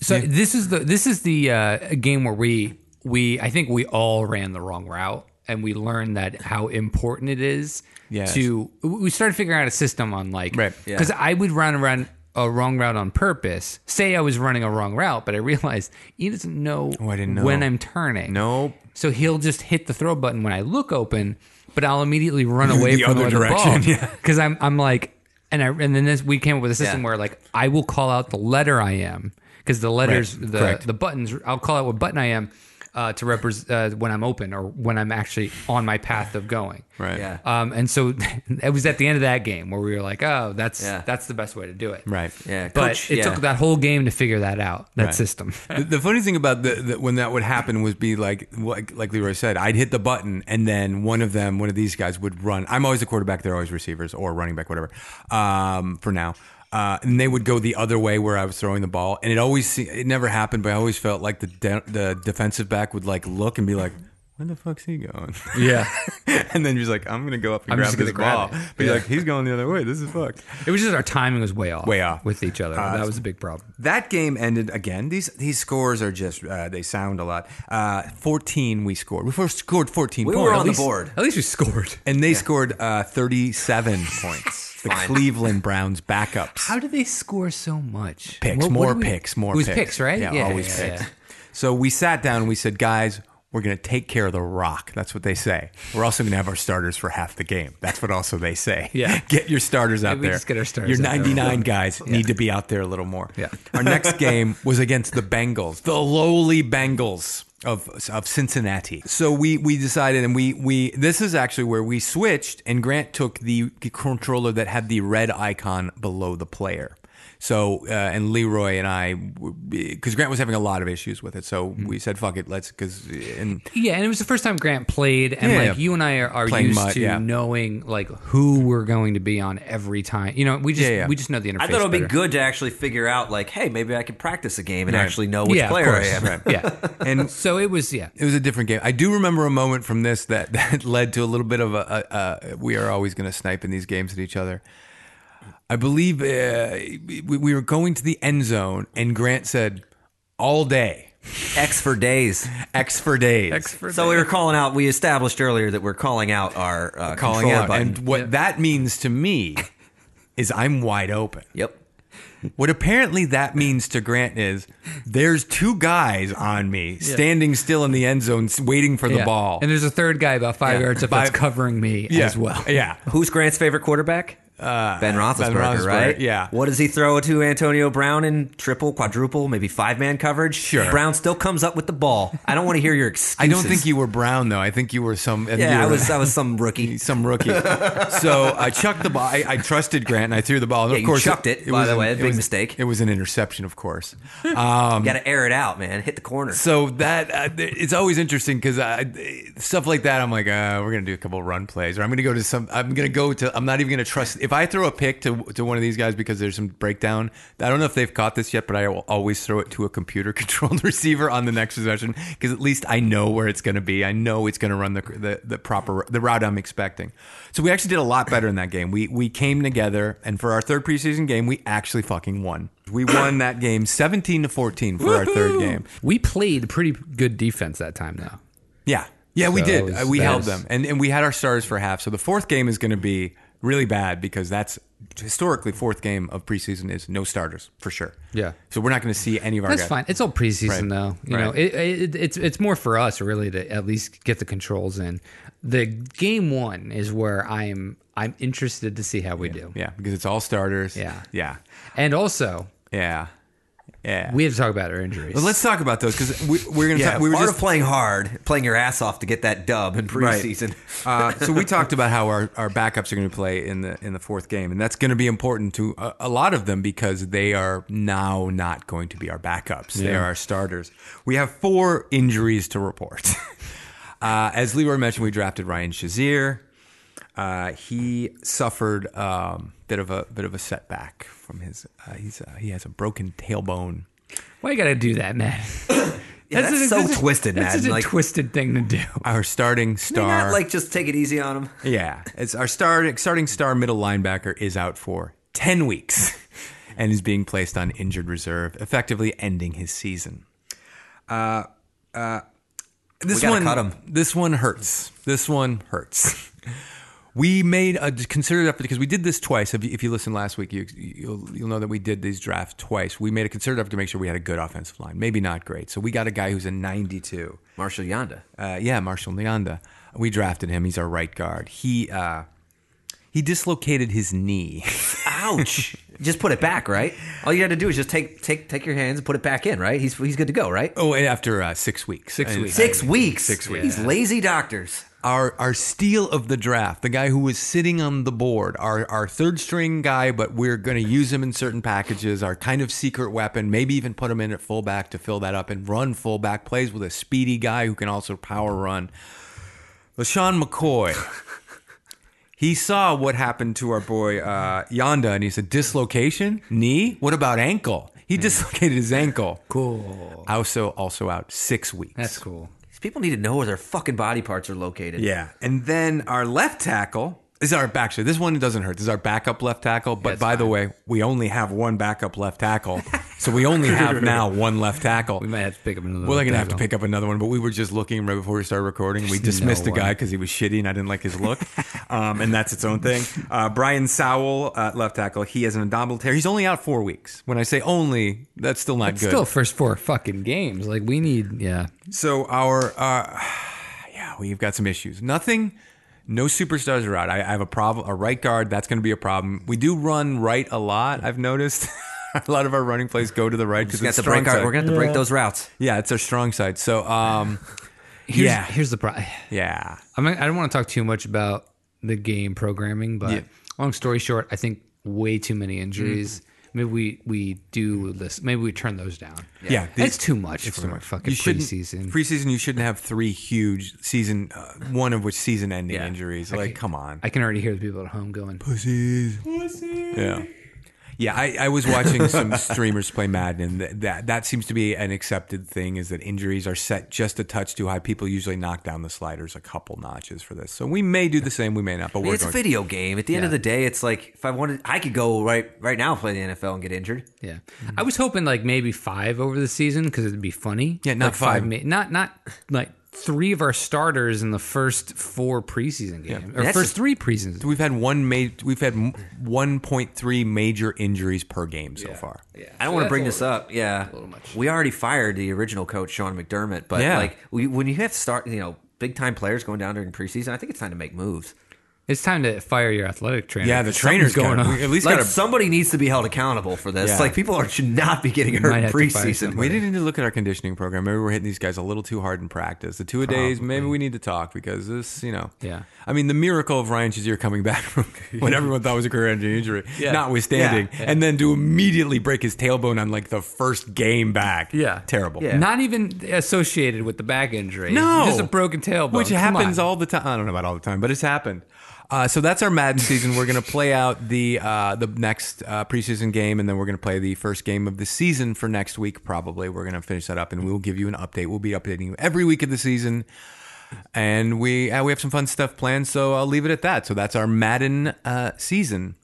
S3: So this is the this is the uh, game where we we I think we all ran the wrong route and we learned that how important it is
S1: Yes.
S3: to we started figuring out a system on like
S1: Right, yeah.
S3: because I would run around a wrong route on purpose. Say I was running a wrong route, but I realized he doesn't know,
S1: Oh, I didn't know.
S3: when I'm turning.
S1: Nope.
S3: So he'll just hit the throw button when I look open, but I'll immediately run away
S1: The
S3: from
S1: other
S3: the
S1: direction,
S3: ball.
S1: yeah.
S3: Because I'm I'm like, and I and then this we came up with a system
S2: Yeah.
S3: where like I will call out the letter I am because the letters
S1: Right,
S3: the
S1: correct.
S3: the buttons I'll call out what button I am uh, to represent uh, when I'm open or when I'm actually on my path of going.
S1: right.
S2: Yeah.
S3: Um, and so it was at the end of that game where we were like, oh, that's
S2: Yeah.
S3: that's the best way to do it.
S1: Right.
S2: Yeah,
S3: But
S2: Coach-
S3: it
S2: yeah.
S3: took that whole game to figure that out, that
S1: Right.
S3: system.
S1: the, the funny thing about the, the when that would happen was be like like like Leroy said, I'd hit the button and then one of them, one of these guys would run. I'm always the quarterback; they're always receivers or running back, whatever. Um, for now. Uh, and they would go the other way where I was throwing the ball, and it always se- it never happened, but I always felt like the de- the defensive back would like look and be like, "Where the fuck's he going?"
S3: Yeah.
S1: and then he's like, "I'm gonna go up and
S3: I'm
S1: grab
S3: just
S1: this
S3: gonna grab
S1: ball,"
S3: it.
S1: but he's like, "He's going the other way. This is fucked."
S3: It was just our timing was way off.
S1: Way off. Uh,
S3: with each other. that was a big problem.
S1: That game ended again. These these scores are just uh, they sound a lot. Uh, fourteen we scored. We first scored fourteen.
S2: We
S1: points.
S2: were on
S1: At
S2: the
S1: least-
S2: board.
S3: At least we scored.
S1: and they scored uh, thirty-seven points. The Cleveland Browns backups
S3: How do they score so much?
S1: picks,
S3: What- what
S1: more
S3: do we-
S1: picks, more
S3: It was
S1: picks.
S3: picks, right?
S1: Yeah, always
S3: yeah,
S1: picks.
S3: yeah.
S1: So we sat down and we said, guys, we're going to take care of the rock. That's what they say. We're also going to have our starters for half the game. That's what also they say.
S3: Yeah.
S1: get your starters out
S3: we
S1: there.
S3: just get our starters
S1: Your
S3: out there.
S1: 99 guys need to be out there a little more.
S3: Yeah.
S1: Our next game was against the Bengals, the lowly Bengals. Of, of Cincinnati, so we we decided, and we we this is actually where we switched, and Grant took the controller that had the red icon below the player. So, uh, and Leroy and I, because Grant was having a lot of issues with it. So we said, fuck it, let's, because, and
S3: Yeah, and it was the first time Grant played, and
S1: Yeah,
S3: like
S1: yeah.
S3: you and I are, are
S1: Playing
S3: used
S1: mud,
S3: to
S1: yeah.
S3: knowing like who we're going to be on every time. You know, we just
S1: Yeah, yeah.
S3: we just know the interface.
S2: I thought it would be
S3: better.
S2: good to actually figure out, like, hey, maybe I could practice a game and
S1: Right.
S2: actually know which
S3: Yeah, of
S2: player I
S3: course.
S2: am.
S1: Right.
S3: Yeah,
S1: and
S3: so it was. Yeah,
S1: it was a different game. I do remember a moment from this that, that led to a little bit of a, a, a we are always going to snipe in these games at each other. I believe uh, we, we were going to the end zone, and Grant said, all day,
S2: X for days.
S1: X for days.
S2: So we were calling out. We established earlier that we're calling out our uh,
S1: calling
S2: controller
S1: out.
S2: button.
S1: And what that means to me is I'm wide open.
S2: yep.
S1: What apparently that means to Grant is there's two guys on me standing still in the end zone s- waiting for the
S3: Yeah.
S1: ball.
S3: and there's a third guy about five yards up that's covering me
S1: yeah.
S3: as well.
S1: Yeah.
S2: Who's Grant's favorite quarterback? Uh, ben Roethlisberger,
S1: Roethlisberger,
S2: right?
S1: yeah.
S2: What does he throw to Antonio Brown in triple, quadruple, maybe five man coverage?
S1: Sure.
S2: Brown still comes up with the ball. I don't want to hear your excuses.
S1: I don't think you were Brown though. I think you were some. I think you
S2: Yeah, I
S1: were
S2: was. I was some rookie.
S1: some rookie. so I chucked the ball. I, I trusted Grant and I threw the ball. And
S2: Yeah,
S1: of
S2: you
S1: course,
S2: chucked it, by the way. Big
S1: was-
S2: mistake.
S1: It was an interception, of course.
S2: Got to air it out, man. Hit the corner.
S1: So that uh, th- it's always interesting because stuff like that, I'm like, uh, we're gonna do a couple run plays, or I'm gonna go to some. I'm gonna go to. I'm not even gonna trust if I throw a pick to to one of these guys because there's some breakdown. I don't know if they've caught this yet, but I will always throw it to a computer controlled receiver on the next possession because at least I know where it's gonna be. I know it's gonna run the, the the proper the route I'm expecting. So we actually did a lot better in that game. We we came together, and for our third preseason game, we actually fucking won. We won that game 17 to 14 for our third game.
S3: We played pretty good defense that time, though.
S1: Yeah. Yeah, we
S3: So
S1: did.
S3: that was-
S1: Uh, we
S3: that
S1: held
S3: was-
S1: them. And and we had our starters for half. So the fourth game is going to be really bad because that's historically fourth game of preseason is no starters for sure.
S3: Yeah.
S1: So we're not going to see any of our
S3: That's
S1: guys.
S3: fine. It's all preseason
S1: Right.
S3: though. You know,
S1: Right.
S3: it, it, it's it's more for us really to at least get the controls in. The game one is where I'm I'm interested to see how we do,
S1: Yeah, because it's all starters.
S3: Yeah.
S1: Yeah.
S3: and also
S1: Yeah. Yeah.
S3: we have to talk about our injuries.
S1: but let's talk about those because we, we're going to
S2: yeah,
S1: talk. We were
S2: part
S1: just
S2: of playing hard, playing your ass off to get that dub in preseason.
S1: uh, so we talked about how our, our backups are going to play in the in the fourth game, and that's going to be important to a, a lot of them because they are now not going to be our backups; they are our starters. We have four injuries to report. uh, as Leroy mentioned, we drafted Ryan Shazier. Uh, he suffered um, bit of a bit of a setback from his. Uh, he's uh, he has a broken tailbone.
S3: Why you gotta do that, man?
S2: Yeah, that's, so
S3: that's a-
S2: twisted,
S3: That's
S2: man.
S3: such a
S2: Like,
S3: twisted thing to do.
S1: Our starting
S2: they
S1: star,
S2: not like just take it easy on him.
S1: yeah, it's our star, starting star middle linebacker is out for ten weeks, and is being placed on injured reserve, effectively ending his season. Uh, uh, this
S2: gotta
S1: one,
S2: cut him.
S1: this one hurts. This one hurts. We made a considered effort because we did this twice. If you, if you listened last week, you, you'll you'll know that we did these drafts twice. We made a considered effort to make sure we had a good offensive line. Maybe not great. So we got a guy who's a 92
S2: Marshall Yanda.
S1: uh, yeah, Marshall Nyanda. We drafted him. He's our right guard. He uh, he dislocated his knee.
S2: Ouch! just put it back, right? All you had to do is just take take take your hands and put it back in, right? He's he's good to go, right?
S1: oh, and after uh, six weeks.
S3: Six
S1: And
S3: weeks.
S2: Six weeks.
S1: Six weeks.
S2: These lazy doctors.
S1: Our our steal of the draft, the guy who was sitting on the board, our our third string guy, but we're going to use him in certain packages. Our kind of secret weapon. Maybe even put him in at fullback to fill that up and run fullback plays with a speedy guy who can also power run. LaShawn McCoy. He saw what happened to our boy uh, Yonda, and he said, "Dislocation, knee. What about ankle? He dislocated his ankle.
S3: Hmm. Cool.
S1: Also, also out six weeks.
S3: That's cool.
S2: These people need to know where their fucking body parts are located.
S1: Yeah, and then our left tackle is our actually this one doesn't hurt. This is our backup left tackle. But
S3: it's
S1: by the way, we only have one backup left tackle, so we only have now one left tackle.
S3: We might have to pick up another.
S1: We're gonna have to pick up another one, but we were just looking right before we started recording. We
S3: There's
S1: dismissed
S3: no
S1: the guy
S3: way.
S1: because he was shitty and I didn't like his look, um, and that's its own thing. Uh, Brian Sowell, uh, left tackle, he has an abdominal tear. He's only out four weeks. When I say only, that's still not good.
S3: Still, first four fucking games. Like we need. Yeah.
S1: So our uh, yeah, we've got some issues. Nothing, no superstars are out. I, I have a problem. A right guard that's going to be a problem. We do run right a lot. I've noticed a lot of our running plays go to the right because
S2: We got
S1: it's
S2: to
S1: strong
S2: break our,
S1: side.
S2: we're gonna have to break those routes.
S1: yeah, it's our strong side. So um,
S3: Here's,
S1: Yeah.
S3: Here's the problem.
S1: yeah,
S3: I mean, I don't want to talk too much about the game programming, but
S1: Yeah.
S3: long story short, I think way too many injuries. Maybe we we do this. Maybe we turn those down.
S1: Mm-hmm. Yeah, the-
S3: it's too much for fucking
S1: you shouldn't
S3: preseason.
S1: Preseason, you shouldn't have three huge season, uh, one of which season-ending
S3: Yeah.
S1: injuries. Like,
S3: can-
S1: come on.
S3: I can already hear the people at home going,
S1: Yeah. Yeah, I, I was watching some streamers play Madden, and that, that that seems to be an accepted thing is that injuries are set just a touch too high. People usually knock down the sliders a couple notches for this, so we may do the same, we may not, but
S2: I mean,
S1: we're
S2: it's a
S1: going.
S2: video game. At the end of the day, it's like if I wanted, I could go right right now play the NFL and get injured.
S3: "Yeah."
S1: Mm-hmm.
S3: I was hoping like maybe five over the season because it'd be funny.
S1: Yeah, not
S3: Like,
S1: five.
S3: ma- Not not like three of our starters in the first four preseason games or
S2: That's
S3: first
S2: just-
S3: three preseason.
S1: we've had one ma- we've had one point three major injuries per game so far.
S2: I don't want to bring this up. Yeah, we already fired the original coach Sean McDermott, but
S1: Yeah.
S2: like we, when you have to start, you know, big time players going down during preseason, I think it's time to make moves.
S3: It's time to fire your athletic trainer.
S1: Yeah, the
S3: Something's
S1: trainer's
S3: going
S1: gotta-
S3: on.
S1: we at least
S2: like
S1: got to.
S2: somebody needs to be held accountable for this.
S1: Yeah.
S2: Like people are, should not be getting
S3: might
S2: hurt in
S3: have to fire
S2: preseason.
S3: somebody.
S1: we didn't need to look at our conditioning program. Maybe we're hitting these guys a little too hard in practice. The two a days, maybe we need to talk because this, you know.
S3: Yeah.
S1: I mean, the miracle of Ryan Shazier coming back from what everyone thought was a career ending injury, notwithstanding,
S2: Yeah.
S1: and then to immediately break his tailbone on like the first game back.
S3: Yeah.
S1: Terrible.
S2: Yeah.
S3: Not even associated with the back injury.
S1: No.
S3: Just a broken tailbone.
S1: Which
S3: Come
S1: happens
S3: on.
S1: all the time. I don't know about all the time, but it's happened. Uh, so that's our Madden season. We're going to play out the uh, the next uh, preseason game, and then we're going to play the first game of the season for next week. Probably we're going to finish that up, and we'll give you an update. We'll be updating you every week of the season, and we uh, we have some fun stuff planned. So I'll leave it at that. So that's our Madden uh, season.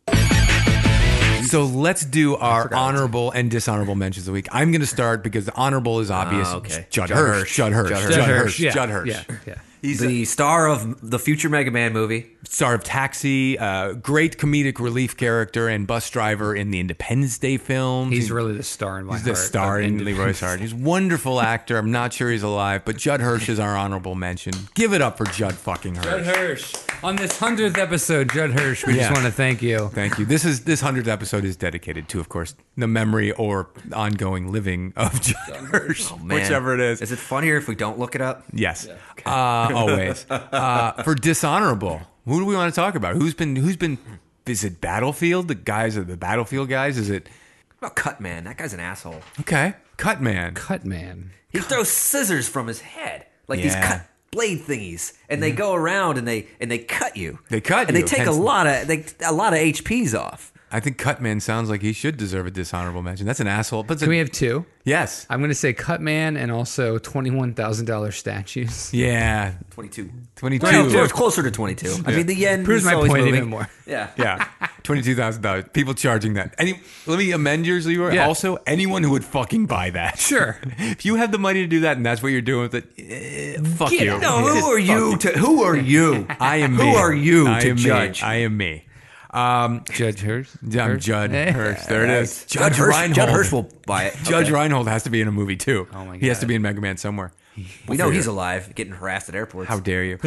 S1: So let's do our honorable and dishonorable mentions of the week. I'm going to start because the honorable is obvious.
S2: Ah, okay.
S1: Judd,
S2: Judd
S1: Hirsch.
S2: Hirsch.
S1: Judd Hirsch. Judd
S2: Judd Hirsch.
S1: Hirsch. Judd Hirsch.
S3: Yeah.
S1: Judd Hirsch.
S3: Yeah. yeah.
S2: the star of the future Mega Man movie.
S1: star of Taxi, uh, great comedic relief character, and bus driver in the Independence Day films.
S3: He's
S1: He-
S3: really the star in my
S1: he's the
S3: heart
S1: star
S3: of
S1: in
S3: Independence
S1: Leroy's heart. He's a wonderful actor. I'm not sure he's alive, but Judd Hirsch is our honorable mention. Give it up for Judd fucking Hirsch.
S3: Judd Hirsch. On this hundredth episode, Judd Hirsch, we
S1: Yeah.
S3: just want to thank you.
S1: Thank you. This is this hundredth episode is dedicated to, of course, the memory or ongoing living of Judd Hirsch,
S2: Man.
S1: whichever it is.
S2: Is it funnier if we don't look it up?
S1: Yes, uh, always. Uh, for dishonorable, who do we want to talk about? Who's been who's been? Is it Battlefield? The guys are the Battlefield guys. Is it
S2: What about Oh, Cut Man? That guy's an asshole.
S1: Okay. Cut man.
S3: Cut man.
S2: He throws scissors from his head, like these
S1: Yeah. Mm-hmm.
S2: cut blade thingies, and they go around and they and they cut you.
S1: They cut
S2: and
S1: you,
S2: they take a
S1: hence-
S2: lot of they a lot of HPs off.
S1: I think Cutman sounds like he should deserve a dishonorable mention. That's an asshole. But it's a-
S3: Can we have two?
S1: yes,
S3: I'm going to say Cutman and also $21,000 statues.
S1: yeah,
S2: 22.
S1: twenty-two.
S2: Well, it's closer to 22. I mean, the yen
S3: Proves
S2: is
S3: my
S2: always
S3: point
S2: moving.
S3: even more.
S2: Yeah.
S1: Yeah, twenty-two thousand dollars. People charging that. Any, let me amend yours, Leroy.
S3: Yeah.
S1: Also, anyone who would fucking buy that.
S3: Sure.
S1: if you have the money to do that, and that's what you're doing with it, eh, fuck
S3: Get
S1: you.
S3: out.
S2: No,
S1: Just
S2: who are you to? Who are you?
S1: I am.
S2: Who
S1: me.
S2: are you
S1: I
S2: to
S1: am me.
S2: judge?
S1: I am me. Um,
S3: Judge Hurst?
S1: I'm Judd Hirsch. There it is.
S2: Judge Hirsch. Judge
S1: Reinhold.
S2: Hirsch will buy it.
S1: Judge
S2: Okay.
S1: Reinhold has to be in a movie too. Oh
S3: my
S1: He has
S3: God.
S1: to be in Mega Man somewhere.
S2: We know he's alive, getting harassed at airports.
S1: How dare you?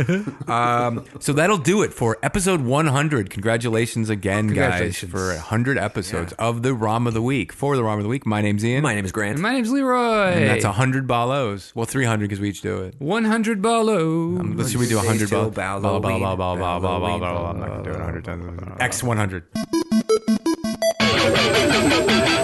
S1: um, so that'll do it for episode 100. Congratulations again,
S3: Congratulations.
S1: guys, for 100 episodes of the ROM of the Week. For the ROM of the Week, my name's Ian.
S2: My name is Grant.
S3: And my name's Leroy.
S1: and that's 100 balos. Well, 300 because we each do it.
S3: 100 Balo.
S1: Let's should we do 100
S2: Still
S1: balos? Blah, blah, blah, blah, blah, blah, blah, blah, blah. I'm not going to do it 100 times. X100.